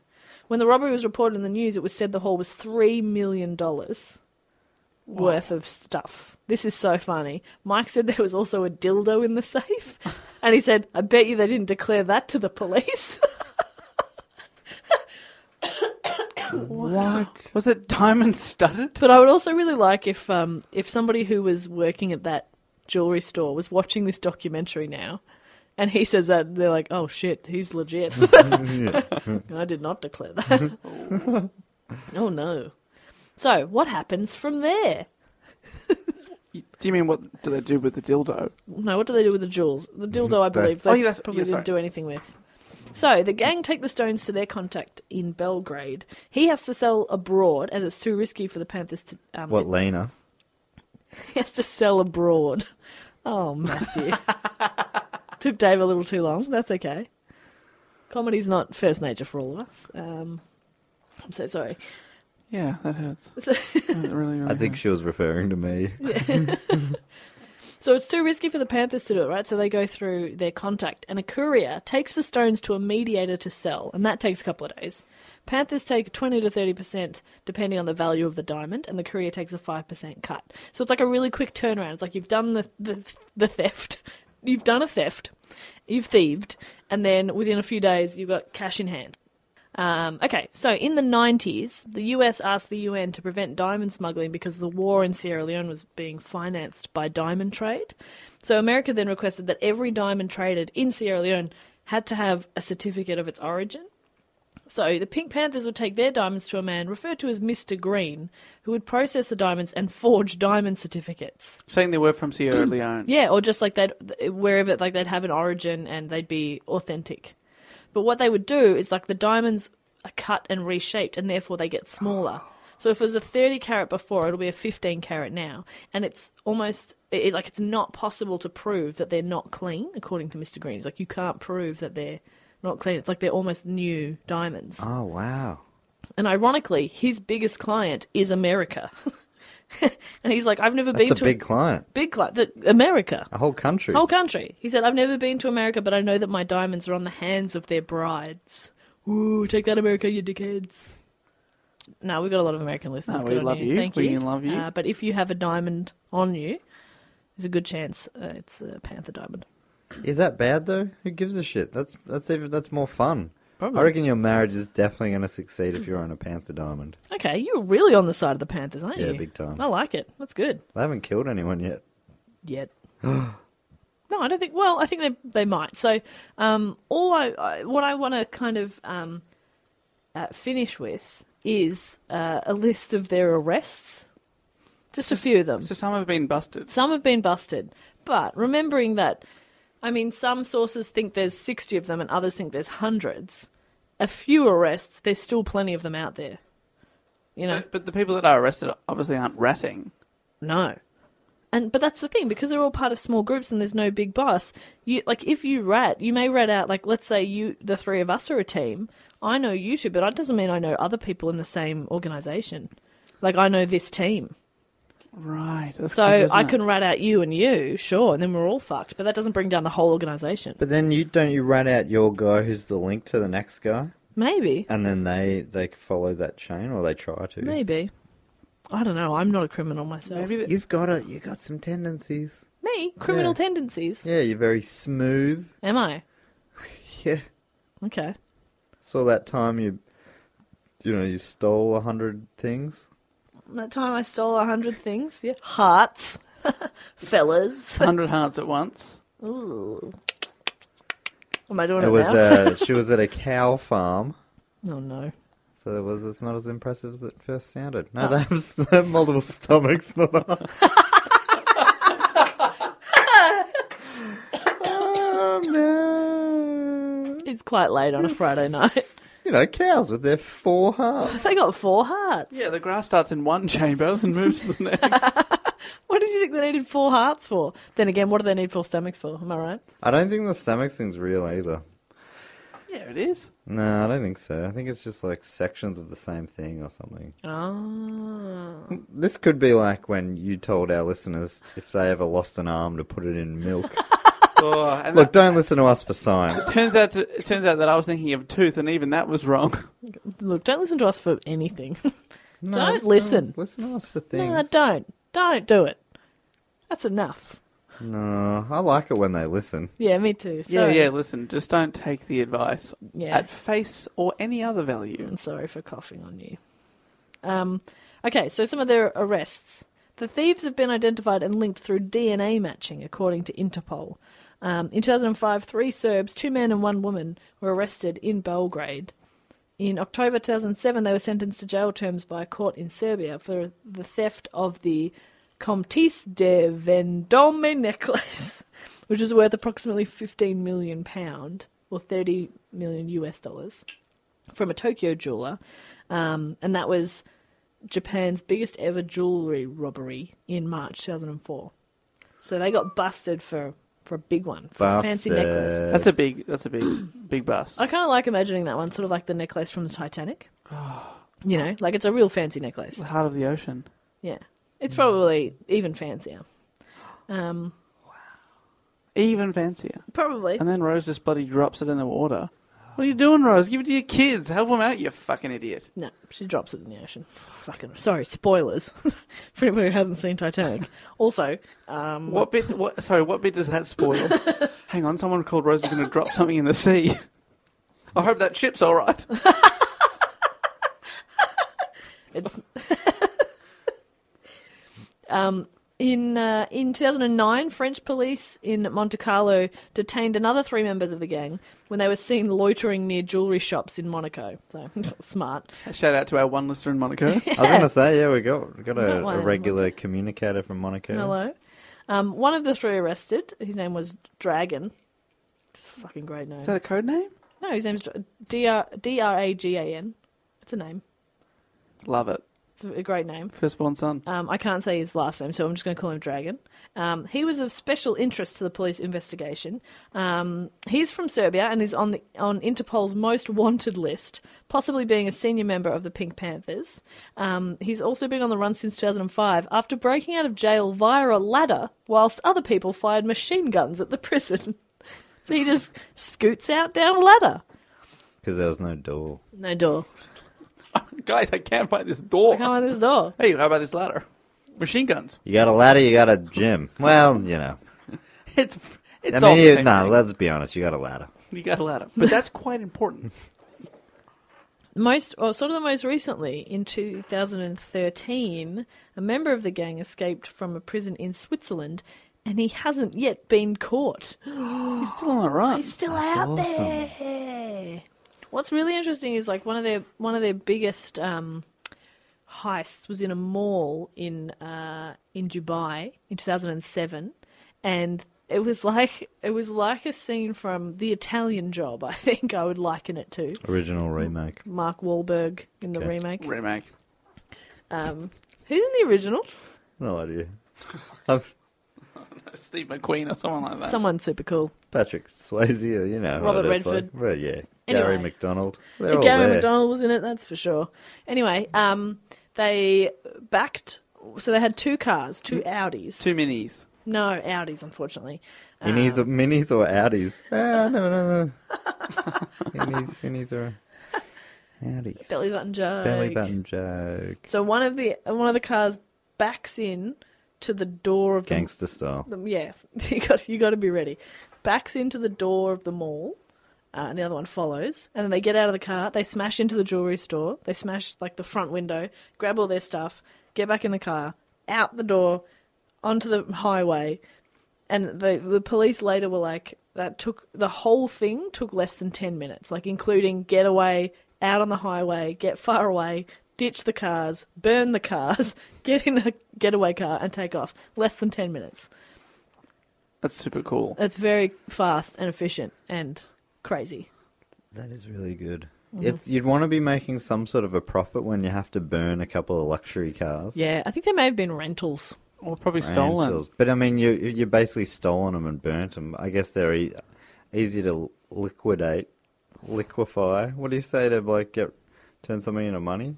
When the robbery was reported in the news, it was said the haul was $3 million worth of stuff. This is so funny. Mike said there was also a dildo in the safe, and he said, I bet you they didn't declare that to the police.
What was it? Diamond studded?
But I would also really like if um, if somebody who was working at that jewelry store was watching this documentary now, and he says that they're like, "Oh shit, he's legit." I did not declare that. oh no. So what happens from there?
Do you mean what do they do with the dildo?
No, what do they do with the jewels? The dildo, I believe, they
Oh, yeah, that's-
probably
yeah, sorry.
didn't do anything with. So the gang take the stones to their contact in Belgrade. He has to sell abroad as it's too risky for the Panthers to. Um,
What leaner?
He has to sell abroad. Oh, Matthew. Took Dave a little too long. That's okay. Comedy's not first nature for all of us. Um, I'm so sorry.
Yeah, that hurts. That really, really
I think she was referring to me.
So it's too risky for the Panthers to do it, right? So they go through their contact, and a courier takes the stones to a mediator to sell, and that takes a couple of days. Panthers take 20 to 30% depending on the value of the diamond, and the courier takes a 5% cut. So it's like a really quick turnaround. It's like you've done the, the, the theft, you've done a theft, you've thieved, and then within a few days, you've got cash in hand. Um, okay, so in the 90s, the US asked the UN to prevent diamond smuggling because the war in Sierra Leone was being financed by diamond trade. So America then requested that every diamond traded in Sierra Leone had to have a certificate of its origin. So the Pink Panthers would take their diamonds to a man referred to as Mr. Green, who would process the diamonds and forge diamond certificates.
saying they were from Sierra Leone.
Yeah, or just like they'd wherever like they'd have an origin and they'd be authentic. But what they would do is like the diamonds are cut and reshaped, and therefore they get smaller. So if it was a thirty carat before, it'll be a fifteen carat now, and it's almost it, like it's not possible to prove that they're not clean, according to Mister Green. It's like you can't prove that they're not clean. It's like they're almost new diamonds.
Oh, wow.
And ironically, his biggest client is America, and he's like, I've never
That's
been
a
to
big client.
big client, the, America.
A whole country.
Whole country. He said, I've never been to America, but I know that my diamonds are on the hands of their brides. Ooh, take that, America, you dickheads. No, we've got a lot of American listeners.
No,
Good
we
on
love
you.
you.
Thank
We
you.
love you.
Uh, but if you have a diamond on you, there's a good chance uh, it's a panther diamond.
Is that bad though? Who gives a shit? That's that's even that's more fun.
Probably.
I reckon your marriage is definitely going to succeed if you're on a panther diamond.
Okay, you're really on the side of the Panthers, aren't
Yeah,
you?
big time.
I like it. That's good.
They haven't killed anyone yet.
yet. no, I don't think. Well, I think they they might. So, um, all I, I what I want to kind of um, uh, finish with is uh, a list of their arrests. Just a few of them.
So some have been busted.
Some have been busted, but remembering that, I mean, some sources think there's 60 of them and others think there's hundreds. A few arrests, there's still plenty of them out there. You know,
But, but the people that are arrested obviously aren't ratting.
no. And but that's the thing because they're all part of small groups and there's no big boss. You like if you rat, you may rat out like let's say you the three of us are a team. I know you two, but that doesn't mean I know other people in the same organization. Like I know this team,
Right. that's
so
clever, isn't
I
it?
can rat out you and you, sure, and then we're all fucked. But that doesn't bring down the whole organization.
But then you don't you rat out your guy who's the link to the next guy,
Maybe,
and then they they follow that chain or they try to.
maybe. I don't know. I'm not a criminal myself.
Maybe you've got a you got some tendencies.
Me, criminal
Yeah.
tendencies.
Yeah, you're very smooth.
Am I?
Yeah.
Okay.
Saw that time you, you know, you stole a hundred things.
That time I stole a hundred things. Yeah, hearts, fellas.
100 hearts at once.
Ooh. Am I doing it,
It was
now?
uh she was at a cow farm.
Oh no. Oh.
So it was. It's not as impressive as it first sounded. No, they, have, s- they have multiple stomachs, not a- Oh, no.
It's quite late on a Friday night.
You know, cows with their four hearts.
they got four hearts.
Yeah, the grass starts in one chamber and moves to the next.
What did you think they needed four hearts for? Then again, what do they need four stomachs for? Am I right?
I don't think the stomach thing's real either.
yeah, it is.
No, I don't think so. I think it's just like sections of the same thing or something.
Oh.
This could be like when you told our listeners if they ever lost an arm to put it in milk.
Oh, and
Look, don't listen to us for science.
that- turns out to, it turns out that I was thinking of tooth, and even that was wrong.
Look, don't listen to us for anything.
No,
Don't listen.
Listen to us for things.
no, don't. Don't do it. That's enough.
No, I like it when they listen.
Yeah, me too.
Yeah,
Sorry.
yeah. Listen, just don't take the advice
Yeah.
at face or any other value.
I'm sorry for coughing on you. Um, okay, so some of their arrests. The thieves have been identified and linked through DNA matching, according to Interpol. Um, in 2005, three Serbs, two men and one woman, were arrested in Belgrade. In October 2007, they were sentenced to jail terms by a court in Serbia for the theft of the Comtesse de Vendôme necklace, which is worth approximately 15 million pound or 30 million US dollars from a Tokyo jeweler, um, and that was Japan's biggest ever jewelry robbery in March 2004. So they got busted for for a big one, for a fancy necklace.
Busted.
That's a big. That's a big, big bust.
I kind of like imagining that one, sort of like the necklace from the Titanic. you know, like it's a real fancy necklace.
The heart of the ocean.
Yeah, it's probably even fancier. Um,
Even fancier.
probably.
And then Rose just bloody drops it in the water. What are you doing, Rose? Give it to your kids. Help them out, you fucking idiot.
No, she drops it in the ocean. Fucking sorry, spoilers for anyone who hasn't seen Titanic. Also, um,
What bit? What? Sorry, what bit does that spoil? Hang on, someone called Rose is going to drop something in the sea. I hope that ship's all right.
It's um, in uh, in 2009, French police in Monte Carlo detained another three members of the gang when they were seen loitering near jewelry shops in Monaco. So smart.
Shout out to our one listener in Monaco.
I was going to say, yeah, we got we got
Not
a,
one
a
in
regular communicator from Monaco.
Hello. Um, one of the three arrested. His name was Dragon. It's a fucking great name.
Is that a code name?
no, his name's Dra- D R D R A G A N. It's a name.
Love it.
It's a great name.
Firstborn son.
Um, I can't say his last name, so I'm just going to call him Dragon. Um, he was of special interest to the police investigation. Um, he's from Serbia and is on the on Interpol's most wanted list, possibly being a senior member of the Pink Panthers. Um, he's also been on the run since 2005 after breaking out of jail via a ladder, whilst other people fired machine guns at the prison. so he just scoots out down a ladder.
Because there was no door.
No door.
Guys, I can't find this door.
Come on this door.
Hey, how about this ladder? Machine guns.
You got a ladder, you got a gym. Well, you know.
It's it's
I
all
mean,
the
you,
same
no,
thing.
let's be honest, you got a ladder.
You got a ladder, but that's quite important.
most or sort of the most recently in 2013 a member of the gang escaped from a prison in switzerland and he hasn't yet been caught
He's still on the run.
he's still out there what's really interesting is like one of their one of their biggest um, heists was in a mall in uh, in dubai in 2007 and it was like it was like a scene from the Italian Job. I think I would liken it to
Original remake.
Mark Wahlberg in the
Okay.
remake.
Remake.
Um, who's in the original?
No idea. I'm,
Steve McQueen or someone like that.
Someone super cool.
Patrick Swayze, or, you know,
Robert
what it's like.
Redford.
Well, yeah,
Anyway.
Gary McDonald. They're all
Gary
there.
McDonald was in it, that's for sure. Anyway, um, they backed. So they had two cars, two
Hmm.
Audis.
Two minis.
No Audis, unfortunately. Ah.
Minis, minis or Audis? Ah, no, no, no. minis, minis or Audis?
Belly button joke.
Belly button joke.
So one of the one of the cars backs in to the door of the
Gangster style.
the- yeah, you got you got to be ready. Backs into the door of the mall, uh, and the other one follows. And then they get out of the car. They smash into the jewelry store. They smash like the front window, grab all their stuff, get back in the car, out the door, onto the highway. And the the police later were like, that took the whole thing took less than ten minutes, like including get away, out on the highway, get far away, ditch the cars, burn the cars, get in a getaway car and take off. Less than ten minutes.
That's super cool.
It's very fast and efficient and crazy.
That is really good.
Mm-hmm.
It's, you'd want to be making some sort of a profit when you have to burn a couple of luxury cars.
Yeah, I think they may have been rentals.
Or probably
Rentals.
stolen.
But I mean, you you basically stolen them and burnt them. I guess they're e- easy to liquidate, liquefy. What do you say to like get turn something into money?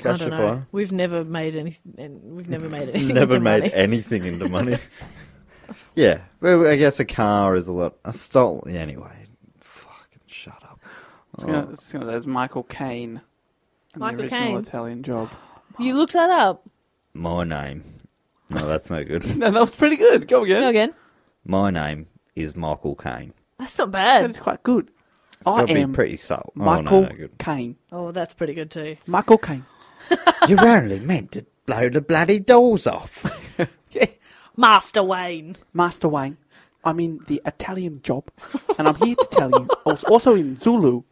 I don't know.
Cashify.
We've never made anything. We've never made anything.
Never
into
made
money.
anything into money. yeah, well, I guess a car is a lot. A stole. Yeah, anyway, fucking shut up.
It's gonna- it's gonna- There's Michael Caine. in
Michael
the original
Caine?
Italian job.
You looked that up.
My name. No, that's no good.
No, that was pretty good. Go again.
Go again.
My name is Michael Caine.
That's not
That
bad.
is quite good.
It's
I
got to be
am
pretty subtle. Oh, no,
Michael
no, good.
Caine.
Oh, that's pretty good too.
Michael Caine.
You're only meant to blow the bloody doors off.
Master Wayne.
Master Wayne. I'm in the Italian job, and I'm here to tell you. I was also in Zulu,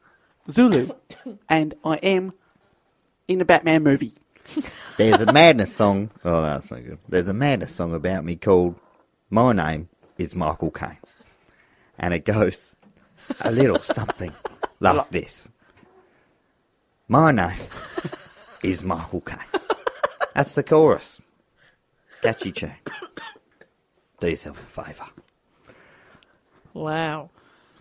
Zulu, and I am in the Batman movie.
There's a madness song. Oh, that's not good. There's a madness song about me called My Name is Michael Caine. And it goes a little something like this My name is Michael Caine. That's the chorus. Catchy tune. Do yourself a favour.
Wow.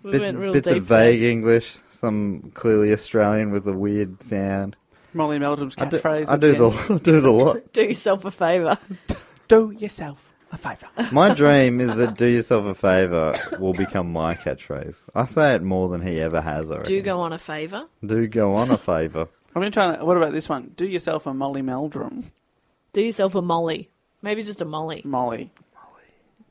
We
Bit-
went real
bits
deep.
of
there.
vague English, some clearly Australian with a weird sound.
Molly Meldrum's
I do,
catchphrase.
I do
again.
the I do the lot.
Do yourself a favor.
Do yourself a favour.
My dream is that do yourself a favour will become my catchphrase. I say it more than he ever has already.
Do go on a favor.
Do go on a favour.
I'm going to try. What about this one? Do yourself a Molly Meldrum,
Do yourself a Molly. Maybe just a Molly.
Molly.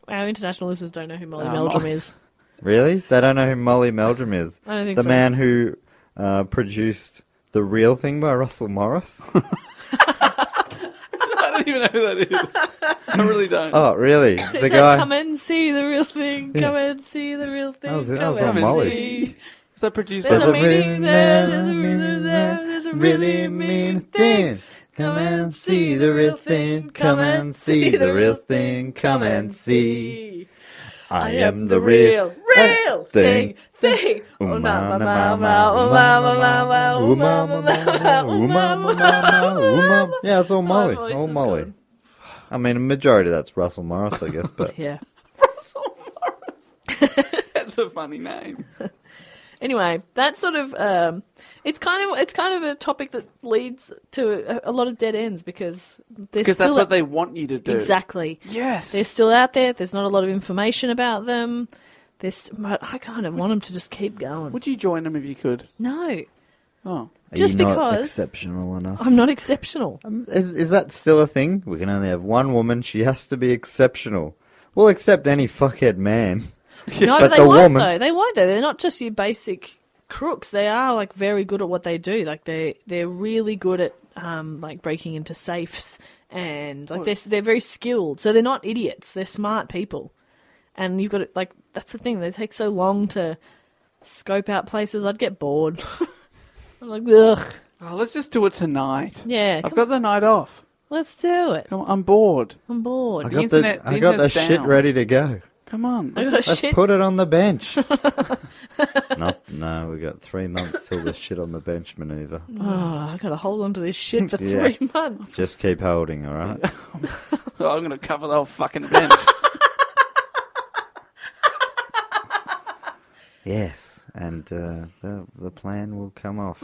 Our international listeners don't know who Molly
Uh,
Meldrum
Molly.
is.
Really? They don't know who Molly Meldrum is.
I don't think
the
so.
man who uh, produced The Real Thing by Russell Morris.
I don't even know who that is. I really don't.
oh, really? The
It's like, come
guy.
and see the real thing. Come and see the real thing.
was-
come
that was
and
on Molly.
see.
Is that produced
There's
by the
a meaning there, there's a reason there, there's a really mean thing. Come and see the real thing. Come and see the real thing. Come and see.
I am the real,
real thing. Thing. Oh, ma, ma, ma, ma, oh, ma, ma, ma, ma, oh, ma, ma, ma, ma, oh, ma, ma, ma, ma.
Yeah, it's all Molly.
voice
All
is
Molly.
gone.
I mean, a majority of that's Russell Morris, I guess, but
Yeah.
That's a funny name.
Anyway, that sort of um, it's kind of it's kind of a topic that leads to a, a lot of dead ends because there's
Because
still
that's what they want you to do.
exactly
Yes.
they're still out there. There's not a lot of information about them. There's, but I kind of want them to just keep going.
Would you join them if you could?
no,
Oh.
just
Are you not
because
exceptional enough.
I'm not exceptional.
Is, is that still a thing? We can only have one woman. She has to be exceptional. We'll accept any fuckhead man.
no,
But
they
the
won't
woman-
though. They won't though. They're not just your basic crooks. They are like very good at what they do. Like they they're really good at um like breaking into safes and like they're they're very skilled. So they're not idiots. They're smart people. And you've got to, like that's the thing. They take so long to scope out places. I'd get bored. I'm like ugh.
Oh, let's just do it tonight.
Yeah,
I've
come-
got the night off.
let's do it.
Come on, I'm bored.
I'm
I
bored.
got
internet-
the,
the
I got the
internet's
shit
down.
ready to go.
Come on.
I
Let's-
got
Let's
shit.
put it on the bench. Not, no, we got three months till the shit on the bench maneuver.
Mm.
Oh, I gotta hold on to this shit for
Yeah.
three months.
Just keep holding, all right?
Oh, I'm going to cover the whole fucking bench.
Yes, and uh, the the plan will come off.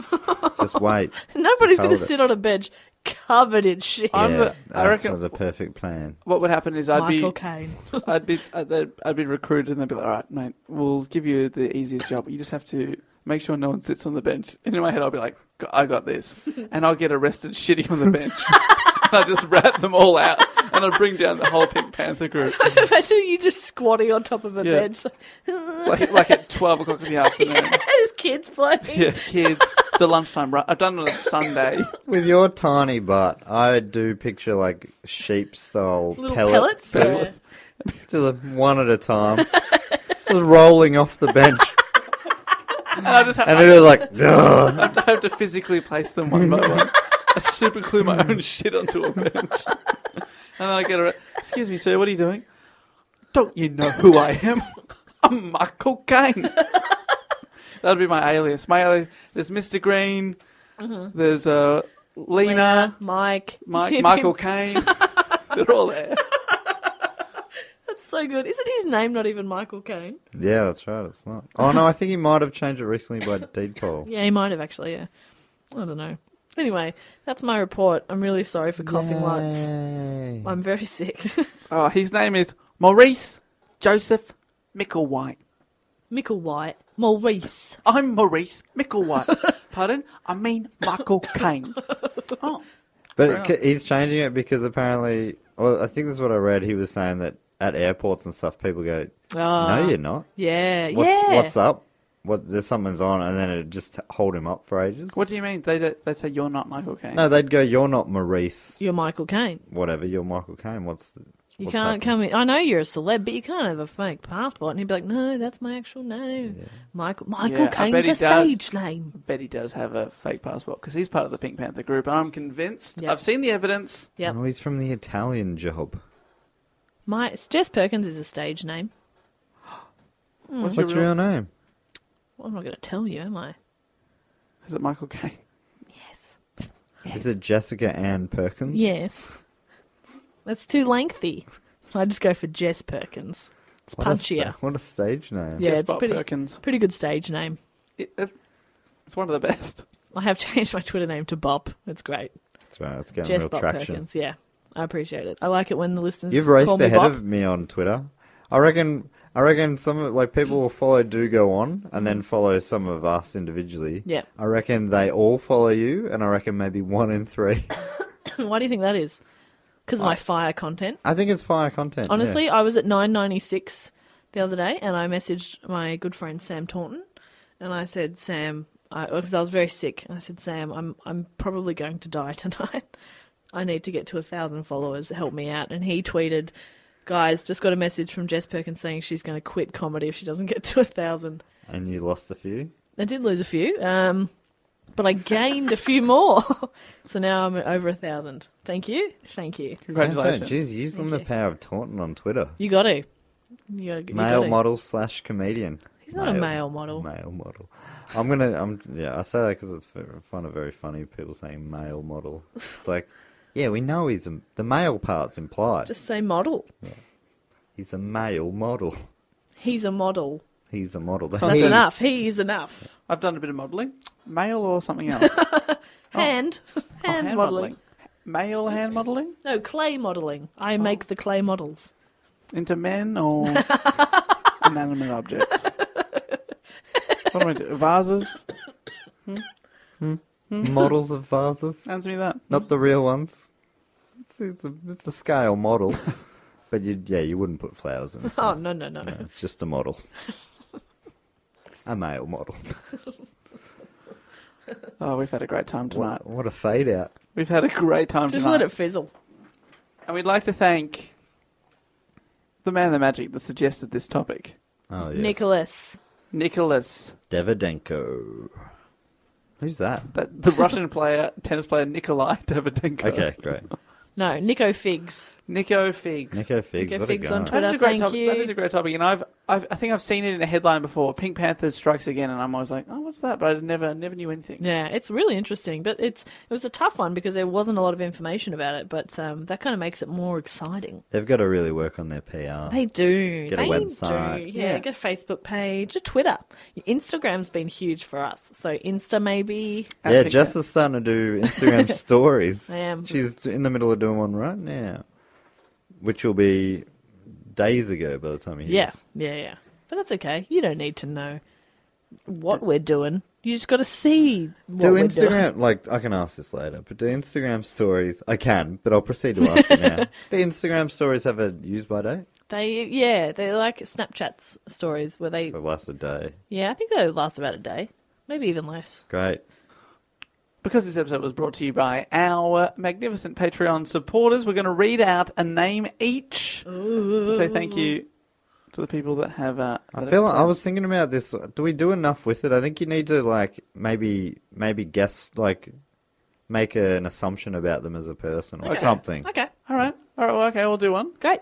Just wait.
Nobody's going to
Hold it.
sit on a bench covered in shit.
I'm
yeah,
the- I
that's
reckon-
not the perfect plan.
What would happen is I'd
Michael
be
Caine.
I'd be I'd, they'd- I'd be recruited and they'd be like, all right, mate, we'll give you the easiest job. You just have to make sure no one sits on the bench. And in my head, I'll be like, "G- I got this, and I'll get arrested shitting on the bench. and I just rat them all out, and I bring down the whole Pink Panther group.
Imagine you just squatting on top of a
Yeah.
bench.
Like, like at 12 o'clock in the afternoon.
There's kids playing.
Yeah, kids. It's a lunchtime run. I've done it on a Sunday.
With your tiny butt, I do picture like sheep style
Little
pellet-
pellets.
Pellets.
Yeah.
just one at a time, just rolling off the bench,
And I just have,
and it was like, "Ugh."
I have to physically place them one by one. I super glue my own shit onto a bench. And then I get around, excuse me, sir, what are you doing? Don't you know who I am? I'm Michael Caine. That'd be my alias. My alias, there's Mr. Green, there's uh, Lena,
Lena, Mike.
Mike, Michael Caine. They're all there.
That's so good. Isn't his name not even Michael Caine?
yeah, that's right. It's not. Oh no, I think he might have changed it recently by deed poll.
Yeah, he might have actually, yeah. I don't know. Anyway, that's my report. I'm really sorry for coughing once. I'm very sick.
Oh, his name is Maurice Joseph Micklewhite.
Mickle White. Maurice.
I'm Maurice Micklewhite. Pardon? I mean Michael Caine. Oh,
But it, ca- he's changing it because apparently, well, I think this is what I read. He was saying that at airports and stuff, people go, "No, you're not.
Ah. Yeah,
What's
yeah.
what's up? What there's something's on," and then it just hold him up for ages.
what do you mean? They don't- they say you're not Michael Caine.
No, they'd go, "You're not Maurice,
You're Michael Caine.
whatever. You're Michael Caine. What's the,
You
what's
can't
happening?"
come in. I know you're a celeb, but you can't have a fake passport. And he'd be like, no, that's my actual name. Michael Michael
Yeah, I bet
Caine's
he
a
does.
stage name.
Bet he does have a fake passport because he's part of the Pink Panther group, and I'm convinced.
Yeah.
I've seen the evidence.
Yep.
Oh, he's from the Italian job.
My Jess Perkins is a stage name. Hmm.
What's,
What's your real name?
Well, I'm not going to tell you, am I?
Is it Michael Caine?
Is it Jessica Ann Perkins?
Yes. That's too lengthy. So I just go for Jess Perkins. It's
What a sta-
punchier.
what a stage name.
Yeah,
Jess
it's
Bob
pretty,
Perkins.
pretty good stage name.
It, it's, it's one of the best.
I have changed my Twitter name to Bop. It's great.
That's right. It's getting
Jess
real
Bop
traction.
Perkins. Yeah. I appreciate it. I like it when the listeners
You've
call
raced
me
ahead
Bop.
of me on Twitter. I reckon. I reckon some of, like people will follow do go on and
Mm-hmm.
then follow some of us individually.
Yeah.
I reckon they all follow you, and I reckon maybe one in three.
Why do you think that is? Because of my fire content.
I think it's fire content. yeah.
Honestly, I was at 996 the other day and I messaged my good friend Sam Taunton and I said, Sam, because I, was very sick, I said, Sam, I'm, I'm probably going to die tonight. I need to get to a thousand followers. Help me out. And he tweeted, guys, just got a message from Jess Perkins saying she's going to quit comedy if she doesn't get to a thousand.
And you lost a few.
I did lose a few, um, but I gained a few more. so now I'm at over a thousand. Thank you. Thank you.
Congratulations.
Jeez, use them the power of Taunton on Twitter.
You got to. You gotta, you
male
gotta.
model slash comedian.
He's not a male model.
Male model. I'm gonna. I'm yeah. I say that because it's f- find it very funny people saying male model. It's like, yeah, we know he's a, the male part's implied.
Just say model.
He's a male model.
He's a model.
He's a model. That's
That's enough. He is enough.
I've done a bit of modelling, male or something else.
Hand.
Oh,
Hand modeling.
Male hand modelling
No, clay modeling. I make the clay models.
into men or inanimate objects. What am I doing? Vases?
models of vases,
Answer me that.
not the real ones. It's, it's a it's a scale model, but you yeah you wouldn't put flowers in.
Oh,
So
no, no, no.
no, it's just a model. A male model.
Oh, we've had a great time tonight.
What, what a fade out.
We've had a great time
Just
tonight.
let it fizzle.
And we'd like to thank the man of the magic that suggested this topic,
Oh yes.
Nicholas.
Nicholas,
Davidenko. Who's that?
that, the Russian player, tennis player Nikolai Davidenko.
Okay, great.
No, Nico Figs.
Nico Figs.
Nico Figs.
Nico
what a
Figs
guy.
on Twitter.
That is a great
Thank
topic. That
you.
is a great topic, and I've, I've I think I've seen it in a headline before. Pink Panther strikes again, and I'm always like, oh, what's that? But I never never knew anything.
Yeah, it's really interesting, but it's it was a tough one because there wasn't a lot of information about it, but um, that kind of makes it more exciting.
They've got to really work on their PR.
They do.
Get a
they
website.
do. Yeah,
Yeah.
get a Facebook page, a Twitter. Instagram's been huge for us, so Insta maybe.
yeah,
Pink
Jess is starting to do Instagram stories.
I am.
She's in the middle of doing one right now, which will be days ago by the time he
Yeah,
hears.
yeah, yeah. But that's okay. You don't need to know what we're doing. You just got to see what
Do
we're doing.
Instagram like I can ask this later, but do Instagram stories? I can, but I'll proceed to ask it now. Do Instagram stories have a use by date?
They yeah, they're like Snapchat's stories where they
It lasts a day.
yeah, I think they last about a day, maybe even less.
Great.
Because this episode was brought to you by our magnificent Patreon supporters, we're going to read out a name each. Say thank you to the people that have. Uh,
I
that
feel
have-
like I was thinking about this. Do we do enough with it? I think you need to like maybe maybe guess like make an assumption about them as a person or something.
Okay,
All right, all right, well, okay, we'll do one.
great.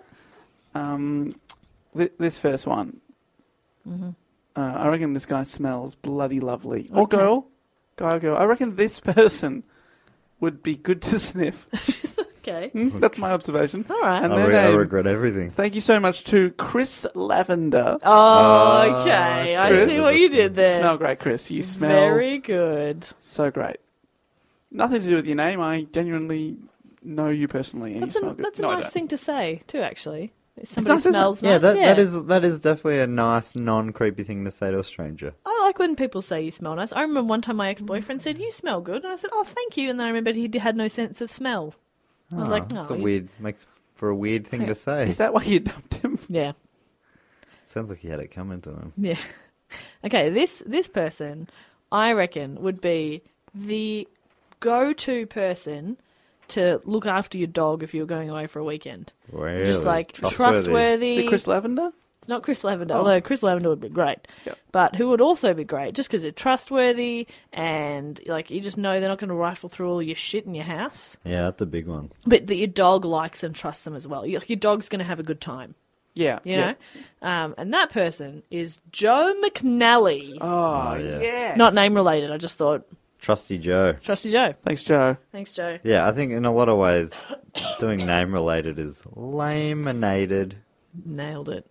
Um, th- this first one.
Mm-hmm.
Uh, I reckon this guy smells bloody lovely. Or girl, guy or girl. I reckon this person would be good to sniff.
Okay,
Hmm, That's my observation.
all right.
And
I,
their
re- I
name-
regret everything.
Thank you so much to Chris Lavender.
Oh, okay. I
Chris.
see what you did there.
Smell great, Chris. You smell
Very good.
so great. Nothing to do with your name. I genuinely know you personally, and
That's
you
a,
smell good.
that's a
No, I
nice
don't.
thing to say too, actually. If Somebody
nice, isn't it?
smells nice.
Yeah, that, that is that is definitely a nice non creepy thing to say to a stranger.
I like when people say you smell nice. I remember one time my ex boyfriend said you smell good, and I said, "Oh, thank you." And then I remembered he d- had no sense of smell. I was like, "No,
That's a
you-
weird makes for a weird thing to say.
Is that why you dumped him?
yeah,
Sounds like he had it coming to him.
yeah." okay, this this person, I reckon, would be the go-to person to look after your dog if you were going away for a weekend.
Really?
Just like trustworthy.
Is it Chris Oh. Lavender?
It's not Chris Lavender, although Chris Lavender would be great.
Yep.
But who would also be great, just because they're trustworthy and like you just know they're not going to rifle through all your shit in your house.
Yeah, that's a big one.
But that your dog likes and trusts them as well. Your, your dog's going to have a good time,
Yeah.
you
yeah.
know. Um, and that person is Joe McNally.
Oh,
yeah.
yeah.
Not name related. I just thought
Trusty Joe.
trusty Joe.
Thanks, Joe.
Thanks, Joe.
Yeah, I think in a lot of ways, doing name related is laminated.
Nailed it.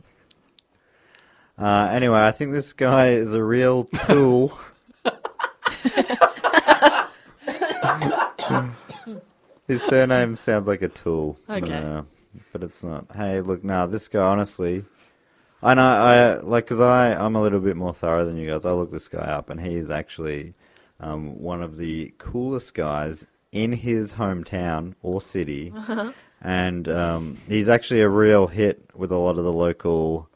Uh, anyway, I think this guy is a real tool. His surname sounds like a tool.
Okay.
Uh, but it's not. Hey, look, now this guy, honestly, I know, I like, cause I, I'm a little bit more thorough than you guys. I looked this guy up, and he is actually um, one of the coolest guys in his hometown or city, and um, he's actually a real hit with a lot of the local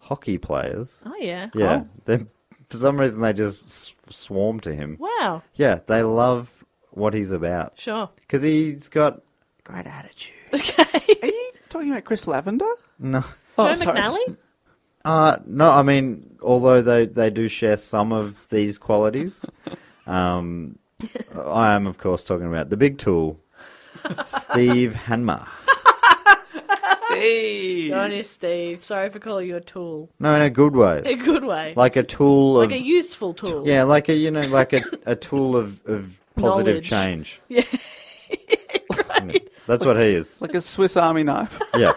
hockey players.
Oh yeah.
Yeah, they for some reason they just s- swarm to him.
Wow.
Yeah, they love what he's about
Sure.
because he's got
Great attitude. Okay. Are you talking about Chris Lavender?
no.
Joe
Oh, sorry.
McNally.
Uh, no, I mean, although they, they do share some of these qualities, um, I am, of course, talking about the big tool, Steve Hanma.
Steve.
Honest Steve. Sorry for calling you a tool.
No, in a good way.
A good way.
Like a tool
Like
of.
a useful tool.
yeah, like a, you know, like a, a tool of, of positive
Knowledge.
change. Yeah. That's what he is.
Like a Swiss Army knife
Yeah.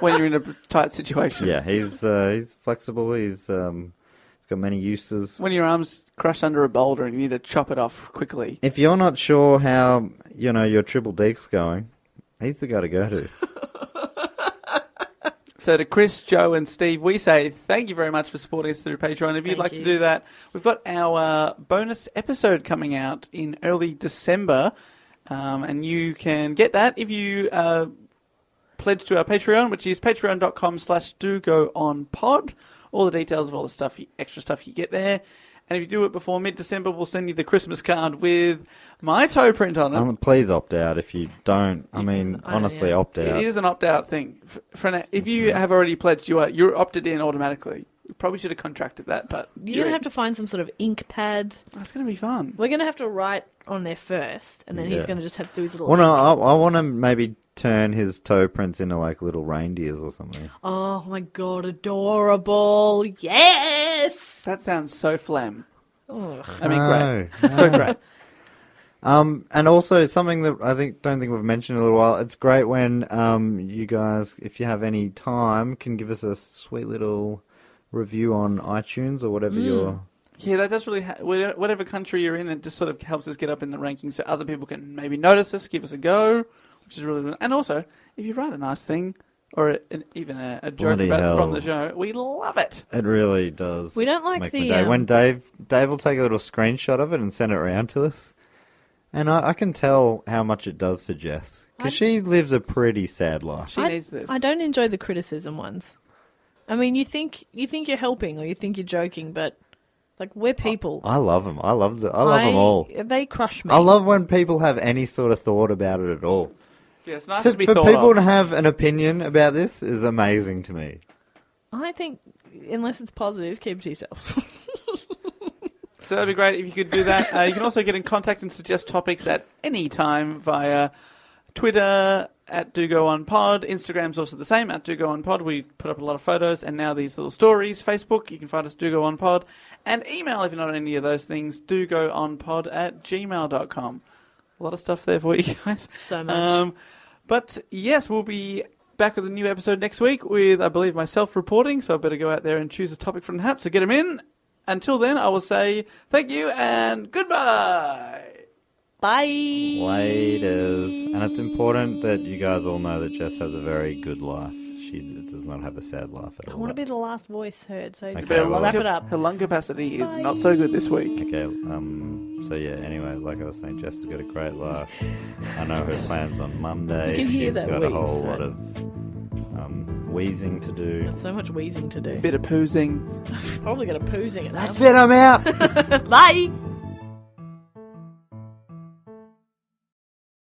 when you're in a tight situation.
Yeah, he's uh, he's flexible. He's um, he's got many uses.
When your arm's crushed under a boulder and you need to chop it off quickly.
If you're not sure how you know your triple deck's going, he's the guy to go to.
So to Chris, Joe, and Steve, we say thank you very much for supporting us through Patreon. If you'd
Thank
like
you.
to do that, we've got our uh, bonus episode coming out in early December, um, and you can get that if you uh, pledge to our Patreon, which is patreon.com slash do go on pod. All the details of all the stuff, you, extra stuff you get there. And if you do it before mid-December, we'll send you the Christmas card with my toe print on it.
Um, please opt out if you don't. I mean, honestly,
yeah.
opt out.
It is an opt-out thing. F- For an, if you
Mm-hmm.
have already pledged, you are you're opted in automatically. You probably should have contracted that, but
You're
you're
gonna
in.
have to find some sort of ink pad.
That's going to be fun.
We're gonna have to write on there first, and then he's
Yeah.
gonna just have to do his little.
Well, no, I, I want to maybe turn his toe prints into like little reindeers or something.
Oh my god, adorable. Yes.
That sounds so phlegm. I mean,
No.
great. So great.
Um, and also something that I think don't think we've mentioned in a little while. It's great when um, you guys, if you have any time, can give us a sweet little review on iTunes or whatever your
Yeah, that does really. Ha- whate- whatever country you're in, it just sort of helps us get up in the rankings, so other people can maybe notice us, give us a go, which is really. And also, if you write a nice thing or a, an, even a, a joke
Bloody
about, from
hell.
the show, we love it.
It really does.
We don't like
make
the,
my day.
um,
when Dave Dave will take a little screenshot of it and send it around to us, and I, I can tell how much it does to Jess because she lives a pretty sad life.
She
I,
needs this.
I don't enjoy the criticism ones. I mean, you think you think you're helping or you think you're joking, but like we're people.
I love them. I love the, I love them all.
They crush me.
I love when people have any sort of thought about it at all.
Yeah, it's nice
To-
to be
for
thought
people
of.
to have an opinion about this is amazing to me.
I think unless it's positive, keep it to yourself.
So that'd be great if you could do that. Uh, you can also get in contact and suggest topics at any time via Twitter at Do Go On Pod. Instagram's also the same at Do Go On Pod. We put up a lot of photos and now these little stories. Facebook, you can find us Do Go On Pod. And email if you're not on any of those things, Do Go On Pod at gmail.com. A lot of stuff there for you guys. Um,
So much.
but yes, we'll be back with a new episode next week with, I believe, myself reporting. So I better go out there and choose a topic from the hat. So get them in. Until then, I will say thank you and goodbye.
Bye.
Waiters, and it's important that you guys all know that Jess has a very good life. She does not have a sad life at all.
I want to be the last voice heard, so
Okay,
Her
well-
wrap
lung-
it up.
Her lung capacity is not so good this week.
Okay, um, so yeah, anyway, like I was saying, Jess has got a great life. I know her plans on Monday.
You can
She's
hear that
got a
wheeze,
whole
right?
lot of um, wheezing to do.
Got so much wheezing to do.
Bit of poozing.
Probably got a poozing at
it, I'm out!
Bye.